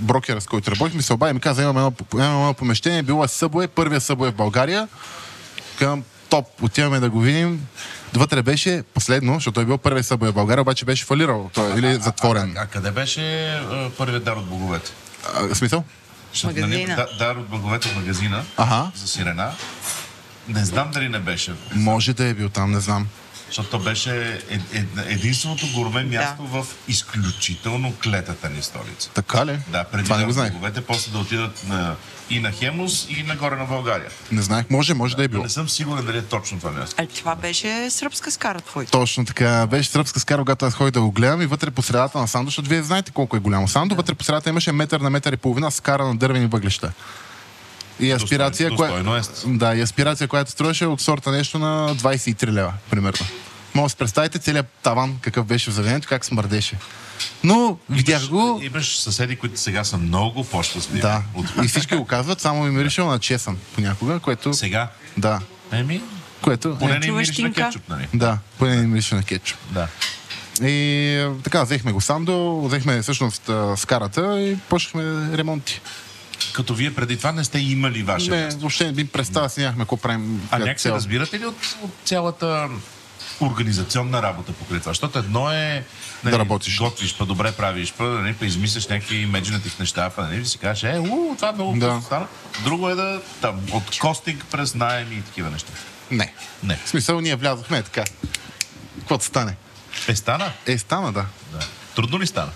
брокера, с който работихме, се обади и ми каза, имаме едно, имаме едно помещение, било е Събое, първия Събое в България. Към топ, отиваме да го видим. Вътре беше последно, защото е бил първият Събое в България, обаче беше фалирал той, или затворен.
А къде беше а, първият дар от боговете?
А, в смисъл?
Защото, нали,
Магазина.
да- дар от боговете в магазина
Аха.
за сирена. Не знам дали не беше,
Може да е бил там, не знам.
защото то беше е, е, единственото горме място в изключително клетата ни столица.
Така ли?
Да, преди
Това не
да
го знаех.
боговете, после да отидат на, и на Хемус, и нагоре на България.
Не знаех. Може, може да е било.
Не съм сигурен дали е точно това място.
А това беше сръбска скара твоята.
Точно така. Беше сръбска скара, когато аз ходих да го гледам и вътре по средата на Сандо, защото вие знаете колко е голямо Сандо, вътре по средата имаше метър на метър и половина скара на дървени въглища. И аспирация,
Достой-
коя...
достойно е.
да, и аспирация, която струваше от сорта нещо на 23 лева, примерно. Може да си представите целият таван, какъв беше в заведението, как смърдеше. Но видях го.
Имаш съседи, които сега са много по-щастливи.
Да.
От...
И всички го казват, само ми миришал на чесън понякога, което...
Сега.
Да.
Еми,
Което...
поне
е,
не им
Чуваш,
мириш на
Тинка?
кетчуп, нали?
да, поне не мирише на кетчуп.
Да.
И а, така, взехме го Сандо, взехме всъщност а, скарата и почнахме ремонти.
Като вие преди това не сте имали ваше
не,
място.
въобще не би представа си нямахме какво правим.
А
като
някак се
цяло.
разбирате ли от, от цялата организационна работа покрай това? Защото едно е...
Да работиш.
Готвиш, па добре правиш, па, нали, па измисляш някакви имеджинатив неща, па нали, си кажеш, е, у, това е много
Да.
да. стана. Друго е да там, от костинг през найем и такива неща.
Не.
Не.
В смисъл, ние влязохме е така. Каквото стане?
Е, стана?
Е, стана, да.
Да. Трудно ли стана?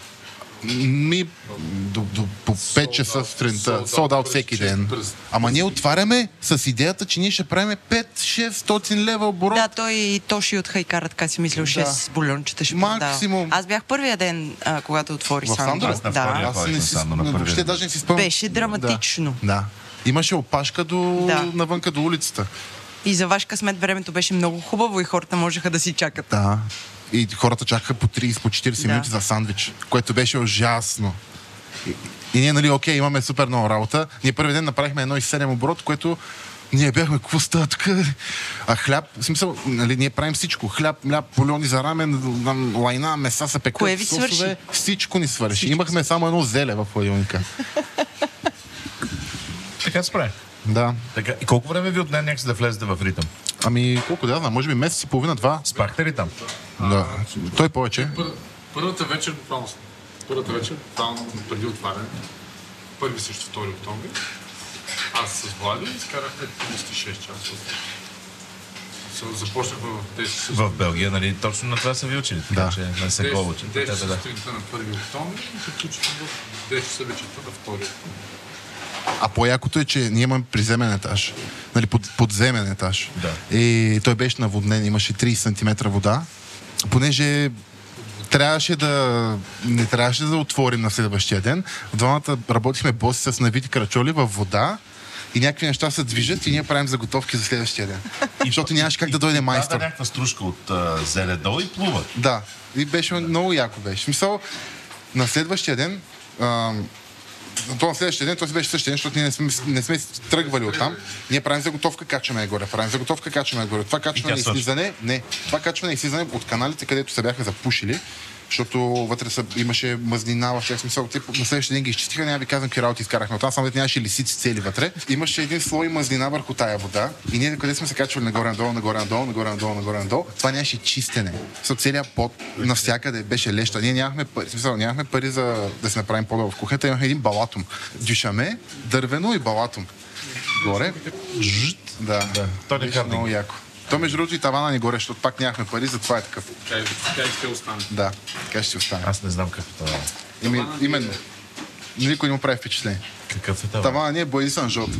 Ми, до, до, по 5 часа сутринта,
sold out
солд аут
през
всеки
чест-
ден.
през-
Ама ние отваряме с идеята, че ние ще правим 5-600 лева оборот.
Да, той и Тоши от Хайкара така си мислил, ще
Да.
с бульончета ще
Максимум.
продава. Аз бях първия ден, а, когато отвори
В Сандро?
Сандро.
Аз на втория.
Да.
Аз не
ходихме
си,
Сандо на първия
въобще
ден.
даже не си спомням.
Беше драматично.
Да. да. Имаше опашка до...
Да.
навънка до улицата.
И за ваш късмет времето беше много хубаво и хората можеха да си чакат.
Да. И хората чакаха по 30, по 40
Да.
минути за сандвич, което беше ужасно. И, и ние, нали, окей, имаме супер много работа. Ние първи ден направихме едно и 7 оборот, което ние бяхме, какво става тук? А хляб, в смисъл, нали, ние правим всичко. Хляб, мляб, бульони за рамен, нам- лайна, меса се пекат.
Кое ви
сосове.
свърши?
Всичко ни свърши. Имахме само едно зеле в хладилника.
Така се прави.
да.
Така. И колко време ви отне някакси да влезете в ритъм?
Ами колко да знам, може би месец и половина, два.
Спахте ли там?
Да. Той повече.
Пър, първата вечер, буквално, първата вечер, там преди отваряне, първи също втори октомври, аз с Влади изкарахме 36 часа. Се- Започнахме в 10 часа.
В Белгия, нали? Точно на това са ви учили. Така
Да.
че не се
10
колочи.
10 сутринта на 1 октомври и приключихме в 10 часа вечерта на 2 октомври.
А по-якото е, че ние имаме приземен етаж. Нали, под, подземен етаж.
Да.
И той беше наводнен, имаше 30 см вода. Понеже трябваше да... Не трябваше да отворим на следващия ден. Двамата работихме боси с навити крачоли във вода и някакви неща се движат и ние правим заготовки за следващия ден. Защото нямаше как да дойде майстор.
Да, някаква стружка от а, зеле долу и плува.
Да, и беше много яко беше. В смисъл, на следващия ден, а, то на следващия ден, то си беше същия ден, защото ние не сме, не сме тръгвали оттам. Ние правим заготовка, качваме нагоре, правим заготовка, качваме нагоре. Това качване
тя
и
свършва.
слизане, не, това качване и слизане от каналите, където се бяха запушили, защото вътре са, имаше мъзнина в тях смисъл. Те на следващия ден ги изчистиха, няма ви казвам какви работи изкарахме. Оттам само дето нямаше лисици цели вътре. Имаше един слой мъзнина върху тая вода. И ние къде сме се качвали нагоре надолу, нагоре надолу, нагоре надолу, нагоре надолу. Това нямаше чистене. С целият пот навсякъде беше леща. Ние нямахме пари, в смисъл, нямахме пари за да се направим по-добро в кухнята. Имахме един балатум. Дюшаме, дървено и балатум. Горе. Да. да.
То не
беше
кардинг.
много яко. То между другото и тавана ни е горе, защото пак нямахме пари, затова е такъв.
Тя и ще остане.
Да, така ще си остане.
Аз не знам какво това е.
Ими, именно. Никой не му прави впечатление.
Какъв е това?
Тавана ни е боядисан жълт.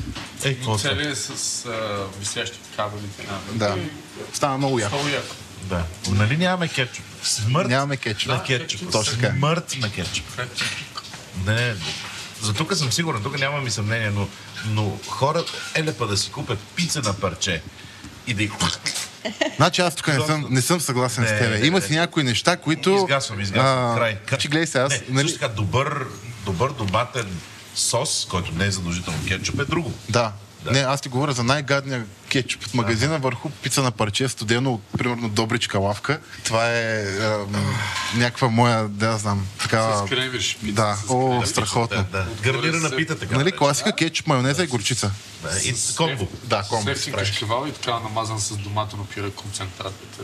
Е, какво е? това?
Целият е с а, висящи кабели и така. нататък.
Да.
Е.
Става много яко.
Много яко.
Да. Нали нямаме кетчуп? Смърт
Нямаме кетчуп.
на кетчуп.
Точно така. е.
Смърт на кетчуп. Не, за тук съм сигурен, тук нямам и съмнение, но, но хората елепа да си купят пица на парче и да й
Значи аз тук не съм, не съм съгласен
Не,
с тебе.
не,
Има
не.
си някои неща, които...
изгасвам, изгасвам,
а,
край.
Че гледай се, аз...
Не,
нали-
също така добър, добър доматен сос, който не е задължително кетчуп, е друго.
Да.
Да.
Не, аз ти говоря за най-гадния кетчуп от магазина върху пица на парче, студено от, примерно, Добричка лавка. Това е ам, някаква моя, да я знам, така...
С кренвирш пица.
Да,
с
о,
кренвирш.
Да,
страхотно.
да. От гарнирана
Добре,
пита, така.
Нали,
да.
класика, кетчуп, майонеза и горчица.
Да, и комбо.
Да, комбо.
Сефтин кашкавал и така намазан с доматено пюре концентрат.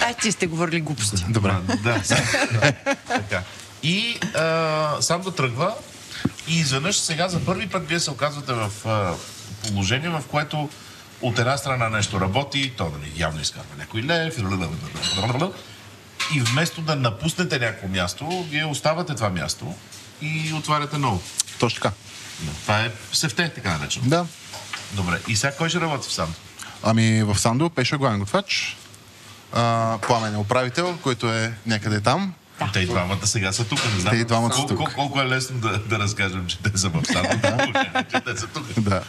Ай, ти сте говорили глупости.
Добре.
Да, да, така. И а, сам да тръгва. И изведнъж сега за първи път вие се оказвате в а, положение, в което от една страна нещо работи, то нали, явно изкарва някой лев, и вместо да напуснете някакво място, вие оставате това място и отваряте ново.
Точно така.
Това е сефте, така наречено.
Да.
Добре. И сега кой ще работи сам?
Ами в Сандо беше главен готвач. А, пламен е управител, който е някъде там.
Те и двамата сега са тук. Не знам.
Те и двамата са
колко,
тук.
Колко, колко е лесно да, да разкажем, че те са в Сандо, че те са тук.
Да.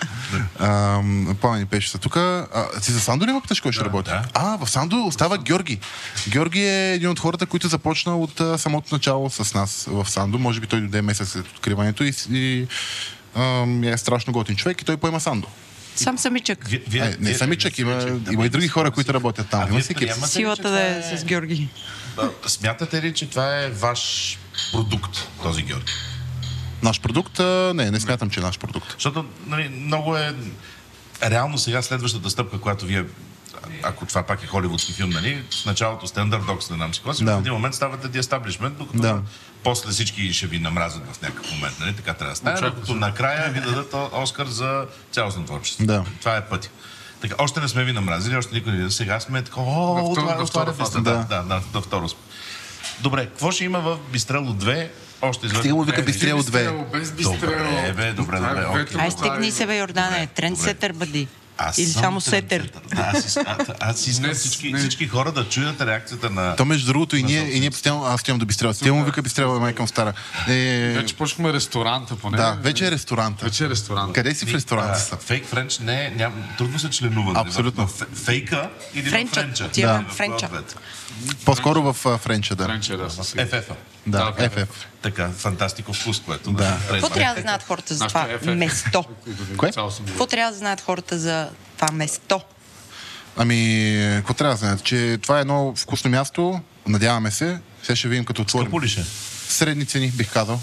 А, пламен и беше са тук. А, ти за Сандо ли ме питаш кой ще работи?
да.
А, в Сандо остава Георги. Георги е един от хората, които започна от а, самото начало с нас в Сандо. Може би той дойде месец след откриването и, с- и ам, е страшно готин човек и той поема Сандо.
Сам самичък.
Вие, вие,
Е, не
вие-
самичък,
вие-
има,
самичък, да,
има и
ама
други
си-
хора, които работят
А
там. Има
вие
си екип.
приемате ли, че
Силата
това
да е с Георги.
А, Смятате ли, че това е ваш продукт, този Георги?
Наш продукт? а, Не, не смятам, че е наш продукт.
Защото нали, много е... Реално сега следващата стъпка, която вие а- ако това пак е холивудски филм, нали? В началото Standard Dogs, не знам си какво си,
Да.
в един момент ставате de-establishment, докато
Да.
после всички ще ви намразят в някакъв момент, нали? Така трябва да стане,
Очаква
докато накрая ви дадат О- Оскар за цялостно творчество.
Да.
Това е пътя. Така, още не сме ви намразили, още никой не Сега сме така, о,
Във втора-
това е
във втора
втора
фаза.
фаза. Да, да, да, на второ сме. Добре, какво ще има в Бистрело 2? Още известно.
Стига му
Е,
вика Бистрело 2.
Без
Добре, е, бе, добре, добре, окей.
Ай, стигни се, бе, Йордане. е Тренд
добре.
сетър бъди.
Аз
Или
съм
само
трендсетър.
сетър.
Да, аз, ис- а- аз искам
Днес-
всички,
не.
всички хора да чуят реакцията на...
То между другото и ние, и ние постоянно, аз стоям до Бистрела. Те му вика Бистрела, майка му стара. Е,
Вече почнахме ресторанта поне.
да, вече е ресторанта.
Вече е ресторант.
Къде си в ресторанта са?
Фейк френч не е, ням, трудно се членува. нали?
Абсолютно.
В- в- Фейка или в
Френча.
френча?
Отиваме
Да.
в френча.
В двете.
По-скоро в а, Френча, да.
Френче, е, да. със
Е,
сигурност.
FF-а.
Да,
Да,
ФФ.
Е, Така, фантастико вкус, което...
Да.
нали, трейдмарк.
Какво трябва да знаят хората за
Нашето
това
е FF.
место?
Кое?
Цялостно.
Какво трябва да знаят хората за това место?
Ами, какво трябва да знаят? Че това е едно вкусно място, надяваме се. Сега ще видим като отворим.
Скъпо ли ще?
Средни цени, бих казал.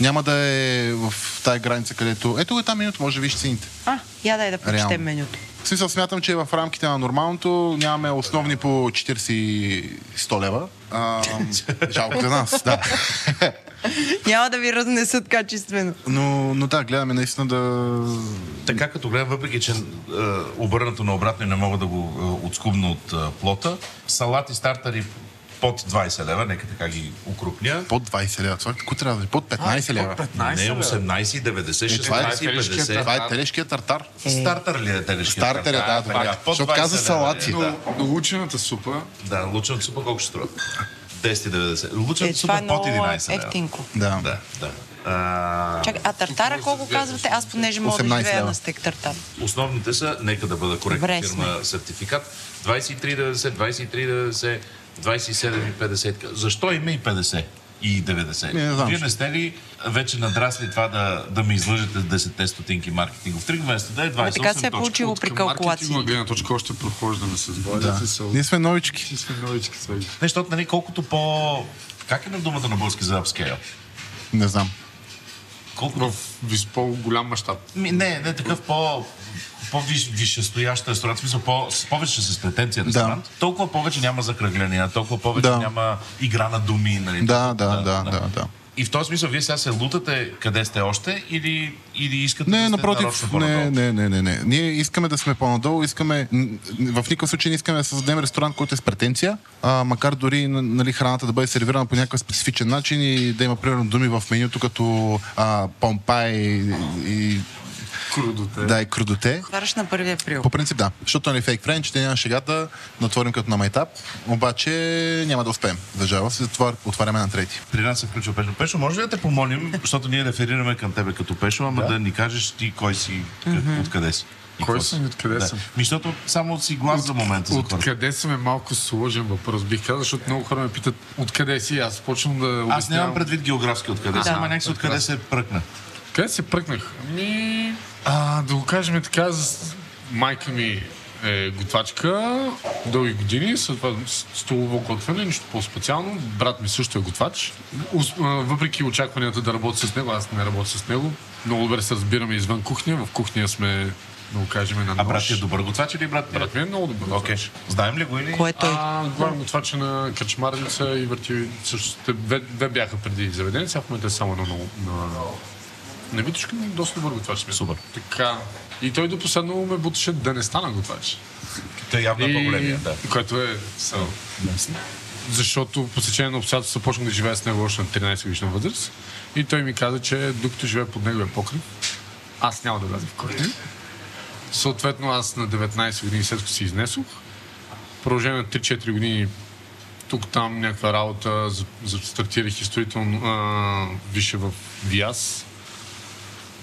Няма да е в тая граница, където... Ето го е там менюто, може да виж цените.
А, я дай да
Реално.
прочетем менюто.
В смисъл смятам, че в рамките на нормалното нямаме основни по 40 и 100 лева. А, жалко за нас, да.
Няма да ви разнесат качествено.
Но, но да, гледаме наистина да
Така като гледам, въпреки че е, обърнато наобратно и не мога да го е, отскубна от е, плота, салати, стартери под 20 лева, нека така ги укрупня.
под 20 лева. Това какво трябва да е? Под 15 лева.
Не 18, 90,
това е
16,
телешкия
50.
Това е телешкият тартар.
Стартер ли е телешкият?
Стартер е, да, да. Защото каза салати.
Да,
Но лучената супа,
Е, да лучен супа колко ще струва? 10,90.
Е,
Лучен
това е
супа под
много
11 лева.
ефтинко.
Да.
Да, да. А,
Чакай, а тартара колко казвате? Аз понеже мога да
18
живея
лева.
на стек тартар.
е Основните са, нека да бъда коректна
Добре
фирма, сертификат 2390, 2390, 27,50. Защо има и 50 и 90?
Не, не знам.
Вие не сте ли вече надрасли това да, да ме излъжете с 10 стотинки маркетингов трик, вместо да е 28
Ма така се е получило при калкулации.
маркетингова гледна точка още прохождаме с
Да.
владите. Да.
Ние сме новички.
Ние сме новички сега.
Не, защото, нали, колкото по... Как е на думата на български за upscale?
Не знам.
Колко...
В виспо голям мащаб.
Ми, не, не такъв по по-висшестоящ ресторант, в смисъл по, с повече с претенция ресторант, толкова повече няма закръгления, толкова повече
Да.
няма игра на думи. Нали,
Да, да, да, да, да.
И в този смисъл, вие сега се лутате къде сте още или, или искате да
Не,
сте
напротив,
нарочно
не,
по-надолу?
не, не, не, не. Ние искаме да сме по-надолу, искаме, н- н- в никакъв случай не искаме да създадем ресторант, който е с претенция, а, макар дори н- нали, храната да бъде сервирана по някакъв специфичен начин и да има примерно думи в менюто като а, помпай и, и
Крудоте.
Е.
да, и крудоте.
Отваряш на 1 април.
По принцип да, защото нали фейк френч, те няма шегата, натворим като на майтап, обаче няма да успеем. За жалост, затова отваряме на трети.
При нас се включва Пешо. Пешо, може ли да те помолим, защото ние реферираме към тебе като Пешо, ама да, ни кажеш ти кой си, къ- откъде си? и
Кой
какво
съм и откъде
Да.
съм?
Ми, защото само си глас за момента за хората.
Откъде съм е малко сложен въпрос, бих казал, защото много хора ме питат откъде си. Аз почвам да обяснявам.
Аз нямам предвид географски откъде съм, а някакси откъде се пръкна.
Къде се пръкнах? Ами... А, да го кажем така, с- майка ми е готвачка дълги години, след това с- столово готвене, нищо по-специално. Брат ми също е готвач. Ус- а, Въпреки очакванията да работя с него, аз не работя с него. Много добре се разбираме извън кухня, в кухня сме, да го кажем, на нож.
А брат ти е добър готвач или брат ти е?
Брат ми е много добър
Окей.
готвач.
Знаем ли го или?
Кой е той?
А, главен готвач е на Кръчмарница и върти... Също, те две, две бяха преди заведение, сега в момента е само на, на, на, на Витушка, но доста добър готвач сме.
Супер.
Така. И той до последно ме буташе да не стана готвач.
Той явно е по-големия, да.
Което е... Са, защото по сечение на обстоятелствата започнах да живея с него още на 13 годишна възраст. И той ми каза, че докато живее под неговия покрив, аз няма да вляза в корен. Съответно, аз на 19 години след като се изнесох, продължение на 3-4 години тук там някаква работа, за- за- стартирах и строително а, више в ВИАС.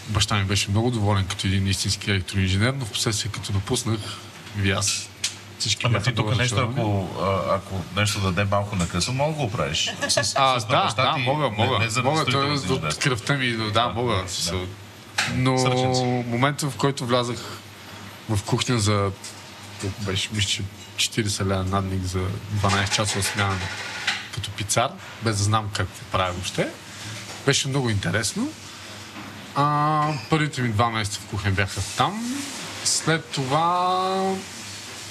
Баща ми беше много доволен като един истински електроинженер, но в последствие като напуснах ВИАС, всички
Ама
бяха
ти тук
много
нещо,
разочаровани.
ако, а, ако нещо даде малко на късо, мога да го правиш. С, с,
А,
с
да,
баща
да,
ти,
мога, мога.
Не, не за
мога,
строително
той е
си, да.
от кръвта ми, да, да мога. Да. Но
Сръчен си.
момента, в който влязах в кухня за, колко беше, мисля, че 40 лева надник за 12 часова смяна като пицар, без да знам какво правя въобще, беше много интересно. А, първите ми два месеца в кухня бяха там. След това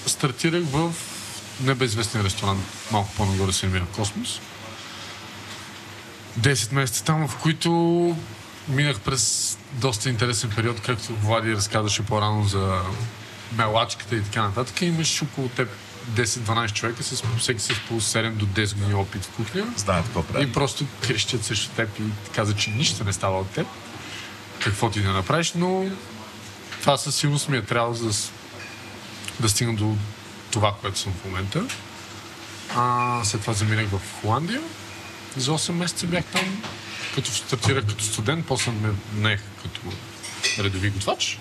стартирах в небезвестен ресторант, малко по-нагоре се намира Космос. 10 месеца там, в които минах през доста интересен период, както Влади разказваше по-рано за мелачката и така нататък. Имаш около теб 10-12 човека, с, всеки с по 7 до 10 години опит в кухня.
Знаят какво прави.
И просто крещят срещу теб и казват, че нищо не става от теб, какво ти да направиш, но това със сигурност ми е трябвало за да, с- да стигна до това, което съм в момента. А, след това заминах в Холандия. За 8 месеца бях там, като стартирах като студент, после ме наех като редови готвач.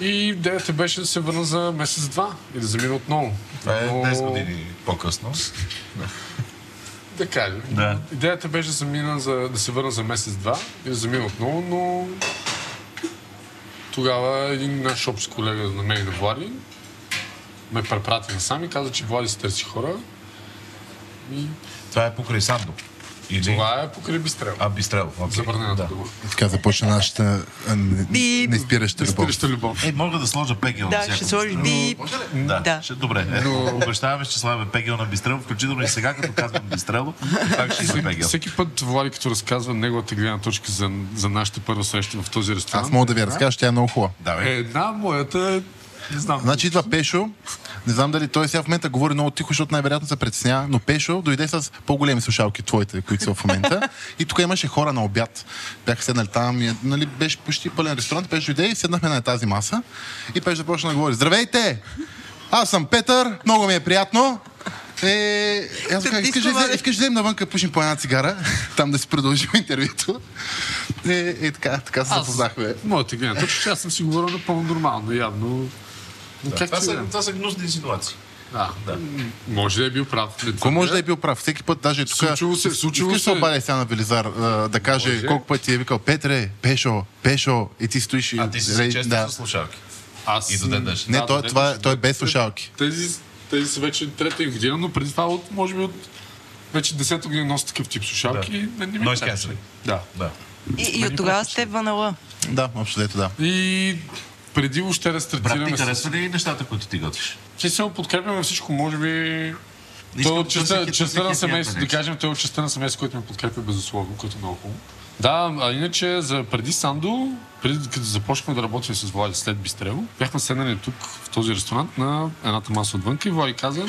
И идеята беше да се върна за месец-два и да замина отново.
Това е
Но-
10 години по-късно.
да кажем.
Да.
Идеята беше да, замина за, да се върна за месец-два и да замина отново, но тогава един наш общ колега на мен и на Влади ме препрати насам и каза, че Влади се търси хора. И
Това е покрай Сандо. Или...
Това е покрай Бистрел.
А, Бистрел. Okay.
Забранената
Да.
дума.
И така започна нашата а, не-
Бип.
неспираща любов.
Изпираща любов.
Е, мога да сложа пегел на
Да,
всяко
ще сложиш
Бистрел.
бип.
Да,
Да.
Ще, добре. Е, Обещаваме, че слагаме пегел на Бистрел, включително и сега, като казвам Бистрело, пак ще има пегел.
Всеки път Влади, като разказва неговата гледна точка за, за нашата първа среща в този ресторант,
Аз мога да ви я разкажа, че тя е много хубава.
Давай.
е една моята... Не знам.
Значи идва Пешо, не знам дали той сега в момента говори много тихо, защото най-вероятно се притеснява, но Пешо дойде с по-големи слушалки от твоите, които са в момента. И тук имаше хора на обяд. Бяха седнали там, и, нали, беше почти пълен ресторант. Пешо дойде и седнахме на тази маса. И Пешо започна да говори. Здравейте! Аз съм Петър, много ми е приятно. Е, аз
Те
казах,
ти
искаш, да
слова
взе-
ли?
искаш да вземем навън, пушим по една цигара, там да си продължим интервюто. Е, е така, така се запознахме.
Моята гледна точка, че аз съм си говорил напълно нормално, явно. Да, как
Това
ти...
са, това са гнусни ситуации.
да, да. Може да е бил прав. Не
Кой
твърдя.
може да е бил прав? Всеки път, даже и тук...
Случило се, случило
Искаш да
се.
се обадя сега на Велизар а, да каже
Може.
колко пъти е викал Петре, Пешо, Пешо и ти стоиш и...
А ти си
Рей-
се често
да.
да. слушалки.
Аз...
И до ден днешен.
Не,
да,
той,
да,
това,
да,
той е
да.
без слушалки.
Тези, тези са вече трета им година, но преди това, от, може би от вече десета година носи такъв тип слушалки.
Да.
и Не, не ми
Noise
трябваше.
cancelling.
Да.
Да.
И, и от тогава сте ванала.
Да, общо дето да.
И преди въобще да
Брат, ти
стартираме... с-
харесва ли е нещата, които ти готвиш?
Че се подкрепяме всичко, може би...
Искам
Той е от
да се
частта,
хит- да се
частта на
хитне
семейството, да
нещо.
кажем, той е от частта на семейството, който ме подкрепя безусловно, което е много хубаво. Да, а иначе за преди Сандо, преди като започнахме да работим с Влади след Бистрело, бяхме седнали тук в този ресторант на едната маса отвънка и Влади каза,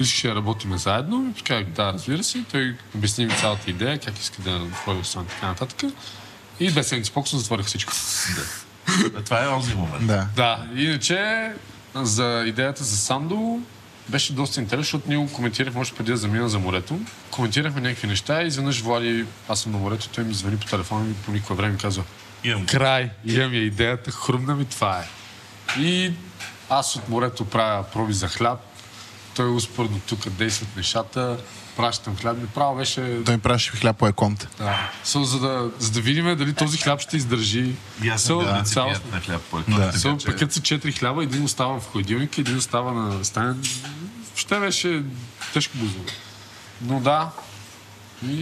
искаше да работиме заедно. И казах, да, разбира се. Той обясни ми цялата идея, как иска да ходи в ресторант и така нататък. И две седмици по-късно затворих всичко.
Това е онзи момент.
Да.
Да, иначе за идеята за Сандо беше доста интересно, защото ние го коментирахме още преди да замина за морето. Коментирахме някакви неща и изведнъж Влади, аз съм на морето, той ми звъни по телефона и по никакво време ми казва
Имам.
Край, имам я идеята, хрумна ми, това е. И аз от морето правя проби за хляб, той успоредно тук действат нещата, пращам хляб и право беше...
Той ми праше хляб по еконта.
Да. So, за, да, за да видим дали този хляб ще издържи.
И аз съм
So,
да,
цялостно.
на хляб, който да.
Само пекат се четири хляба, един остава в хладилника, един остава на стаен. Ще беше тежко бузово. Но да. И...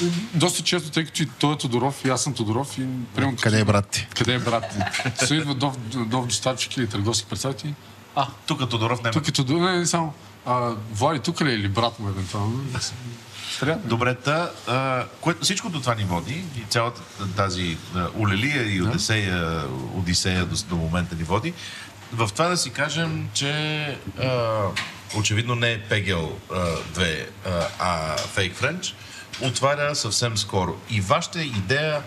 и Доста често, тъй като и той е Тодоров, и аз съм Тодоров, и примерно...
Къде е брат ти?
Къде е брат? ти? Се идва нов, нов доставчик или търговски представител. А,
Тук Тодоров няма.
тук е Тодоров, не, не само. А, Влади тук ли е или брат му евентуално? Трябва.
Добре, та, а, което, всичкото това ни води и цялата тази а, улелия и Одесея, Одисея до, до момента ни води, в това да си кажем, че а, очевидно не е Пегел 2, а, а Fake French, отваря съвсем скоро. И вашата идея,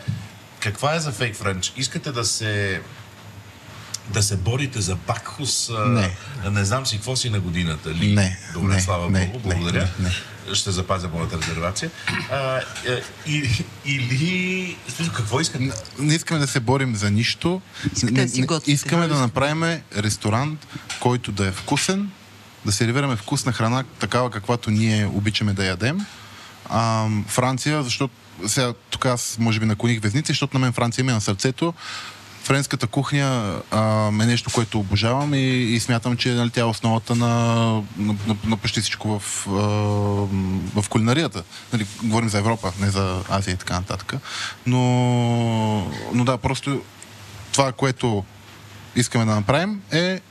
каква е за Fake French? Искате да се да се борите за Бакхус, а,
Не.
не знам си какво си на годината ли?
Не,
Добре,
не,
слава
не,
Богу,
не,
благодаря.
не, не.
Ще запазя моята резервация. А, е, и, или... в смисъл, Какво искате?
Не искаме да се борим за нищо. Не-
да си
не-
готвите.
искаме да направим ресторант, който да е вкусен, да сервираме вкусна храна, такава каквато ние обичаме да ядем. А, Франция, защото сега тук аз може би наклоних везници, защото на мен Франция ми е на сърцето. Френската кухня а, е нещо, което обожавам и, и смятам, че нали, тя е основата на, на, на, на почти всичко в, а, в кулинарията. Нали, говорим за Европа, не за Азия и така нататък. Но, но да, просто това, което искаме да направим е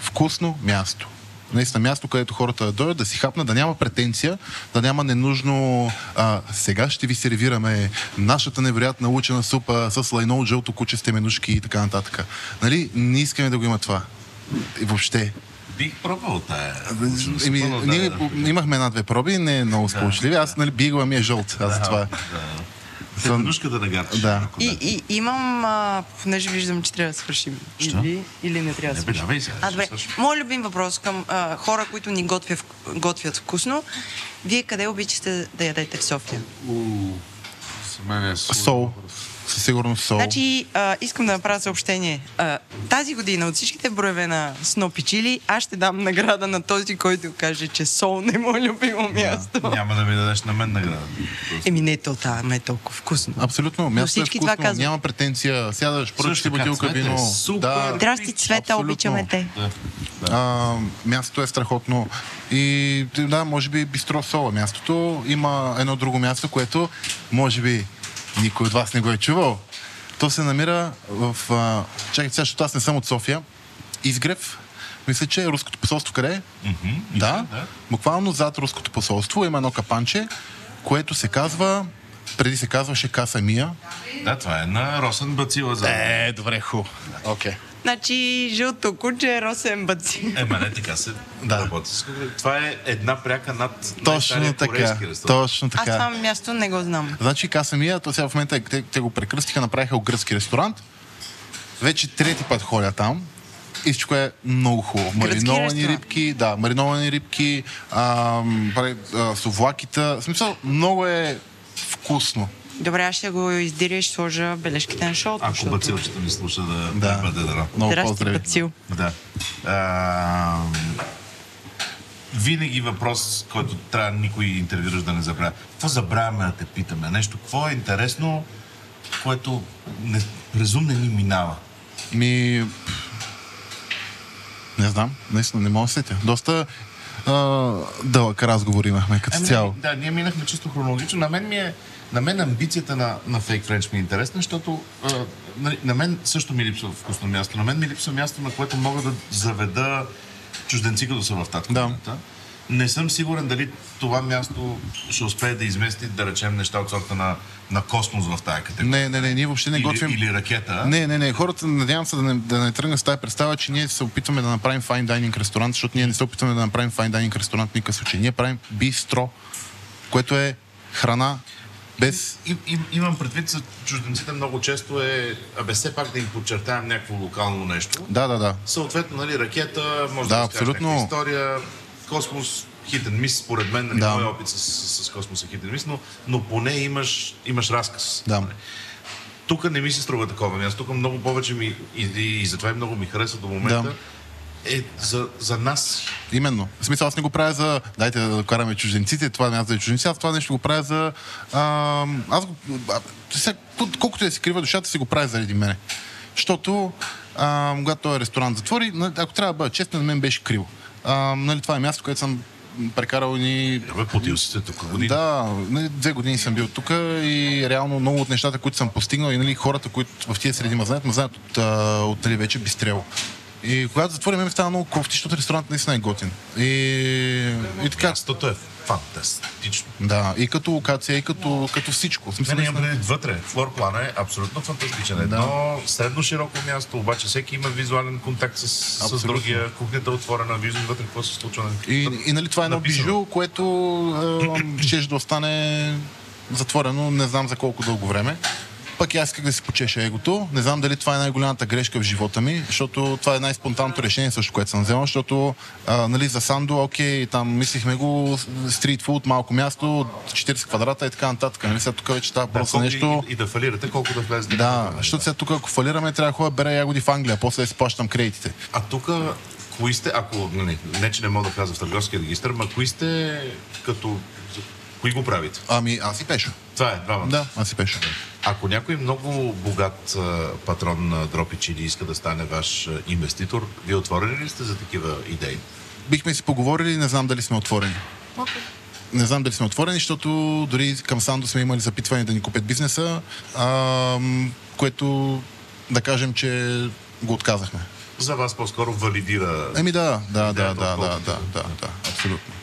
вкусно място. Наистина място, където хората да дойдат, да си хапнат, да няма претенция, да няма ненужно а, сега ще ви сервираме нашата невероятна лучена супа с лайно от жълто куче с теменушки и така нататък. Нали? Не искаме да го има това. И въобще.
Бих пробвал тая. личност.
Еми,
Пълно, да,
Ами, ние
да.
по- имахме една-две проби, не е много сполучливи. Аз, нали, бигла ми е жълт. Аз за това.
Тъпнушката на гарче.
Да.
ако
И, и, имам, а, понеже виждам, че трябва да свършим. Или, или не трябва да
Не бе,
свършим.
давай сега.
А, добре.
Слушай.
Моят любим въпрос към а, хора, които ни готвят, готвят вкусно. Вие къде обичате да ядете в София?
У, за мен е сол.
Сол. Със сигурност сол.
Значи, а, искам да направя съобщение. А, тази година от всичките броеве на Снопи Чили, аз ще дам награда на този, който каже, че сол не му е любимо място.
Няма да ми дадеш на мен награда.
Еми не, то там е толкова вкусно.
Абсолютно. Място е
всички това
вкусно.
казват.
Няма претенция. Сядаш, поръчаш си
така,
бутилка
цвете е
вино.
супер.
Да,
Здрасти, Цвета,
Абсолютно.
обичаме те.
Да.
А, мястото е страхотно. И да, може би Бистро Сола мястото. Има едно друго място, което може би никой от вас не го е чувал. То се намира в... А... Чакайте сега, защото аз не съм от София. Изгрев. Мисля, че е руското посолство къде е?
Мгм.
Да.
Да.
Буквално зад руското посолство има едно капанче, което се казва... Преди се казваше Каса Мия.
да, това е на Росен Бацила за...
Е, добре, ху. Окей. Okay.
Значи, жълто куче, росен баци.
Ема Е, не, така се
Да.
работи. с кухня. Това е една пряка над
Точно
най-стария
така.
корейски ресторант.
Точно
Аз
така.
това място не го знам.
Значи Касамия, то сега в момента е- те, те го прекръстиха, направиха го гръцки ресторант. Вече трети път ходя там. Истичко е много хубаво. Мариновани
ресторант.
рибки, да, мариновани рибки, ам, прави, а, совлакита. В смисъл, много е вкусно.
Добре, аз ще го издиря и ще сложа бележките на шоуто.
Ако
защото-
бацилчето ни слуша да,
Да.
да. бъде дано.
Много
Здрасти,
поздрави.
бацил.
Да. А, винаги въпрос, който трябва никой интервюираш да не забравя. Какво забравяме да те питаме? Нещо, какво е интересно, което не, презум не ни минава?
Ми... Не знам, наистина не мога да се сетя. Доста а, дълъг разговор имахме като
Ами,
цяло.
Да, ние минахме чисто хронологично. На мен, ми е, на мен амбицията на, на Fake French ми е интересна, защото а, нали, на мен също ми липсва вкусно място. На мен ми липсва място, на което мога да заведа чужденци, като са в тази
Да.
комната. Не съм сигурен дали това място ще успее да измести, да речем, неща от сорта на, на космос в тази категория.
Не, не, не, ние въобще не
или,
готвим.
или ракета.
Не, не, не. Хората, надявам се да не, да не тръгна с тази представа, че ние се опитваме да направим файн дайнинг ресторант, защото ние не се опитваме да направим файн дайнинг ресторант в никакъв случай. Ние правим бистро, което е храна без...
И, им, имам предвид, за чужденците много често е, абе все пак да им подчертаем някакво локално нещо.
Да, да, да.
Съответно, нали, ракета, може
Да,
да, да разкажеш
абсолютно.
някаква история. Космос, хитен мис, според мен, нали,
Да.
да. моят опит с, с, с космос е хитен мис, но, но поне имаш, имаш разказ.
Да.
Тук не ми се струва такова място, тук много повече ми, и, и, и затова и много ми харесва до момента,
Да.
е за, за нас
Именно. В смисъл, аз не го правя за... Дайте да караме чужденците, това място е чужденци. Аз това нещо го правя за... А, аз го... А, сега, кол- колкото и да си крива душата, си го правя заради мене. Защото, а, когато този ресторант затвори, на- ако трябва да бъда честен, на мен беше криво. А, нали, това е място, където съм прекарал ни
Абе, потил си се тук години.
да, нали, две години съм бил тук и реално много от нещата, които съм постигнал и нали, хората, които в тия среди ме знаят, ме знаят от, а, от нали, вече Бистрело. И когато затворим, ми стана много кофти, защото ресторант наистина е готин. И, и така.
Мястото е фантастично.
Да, и като локация, и като, като всичко. В
Не,
Смисъл,
не, имам
наистина-
предвид вътре. Флорплана е абсолютно фантастичен. Едно средно широко място, обаче всеки има визуален контакт с, с
Абсолютно.
другия. Кухнята е отворена, виждаш вътре какво се случва.
и, и нали, това е едно
Написано.
бижу, което е, ще да остане затворено не знам за колко дълго време. Пък и аз исках да си почеша егото. Не знам дали това е най-голямата грешка в живота ми, защото това е най-спонтанното решение също, което съм взел, защото а, нали, за Сандо, окей, там мислихме го, стрит фуд, малко място, 40 квадрата и така нататък. Нали, сега тук вече става въпрос за
колко
нещо...
И, и, да фалирате, колко да влезете.
Да, защото сега тук ако фалираме, трябва да ходя да бера ягоди в Англия, после да си плащам кредитите.
А тук, кои сте, ако, не, не, че не мога да вляза в търговския регистр, ма кои сте като... Кои го правите?
Ами аз си пеша.
Това е, двамата.
Да, аз си пеша.
Ако някой много богат а, патрон на Дропи Чили иска да стане ваш а, инвеститор, вие отворени ли сте за такива идеи?
бихме си поговорили, не знам дали сме отворени. Не знам дали сме отворени, защото дори към Сандо сме имали запитване да ни купят бизнеса, ам, което да кажем, че го отказахме.
За вас по-скоро валидира...
Еми да, да, да, да,
Идеята,
да, да,
отколкото-
да, да, абсолютно.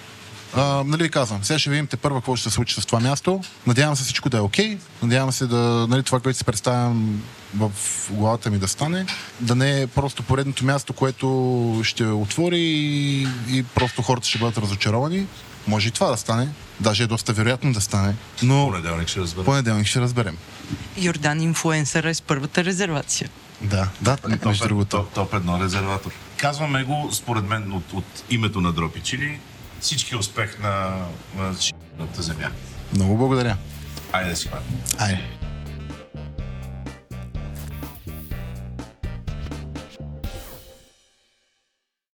А, нали ви казвам, сега ще видим те първо какво ще се случи с това място. Надявам се всичко да е окей. Надявам се да, нали, това, което си представям в главата ми да стане, да не е просто поредното място, което ще отвори и, и просто хората ще бъдат разочаровани. Може и това да стане. Даже е доста вероятно да стане. Но
Понеделник ще разбера.
понеделник ще разберем.
Йордан инфлуенсъра е с първата резервация.
Да, да, между
Топ, е-
другото.
топ, топ едно резерватор. Казваме го, според мен, от, от името на Дропи Чили, всички успех на, на, ши- земя.
Много благодаря.
Айде да си хванем.
Айде.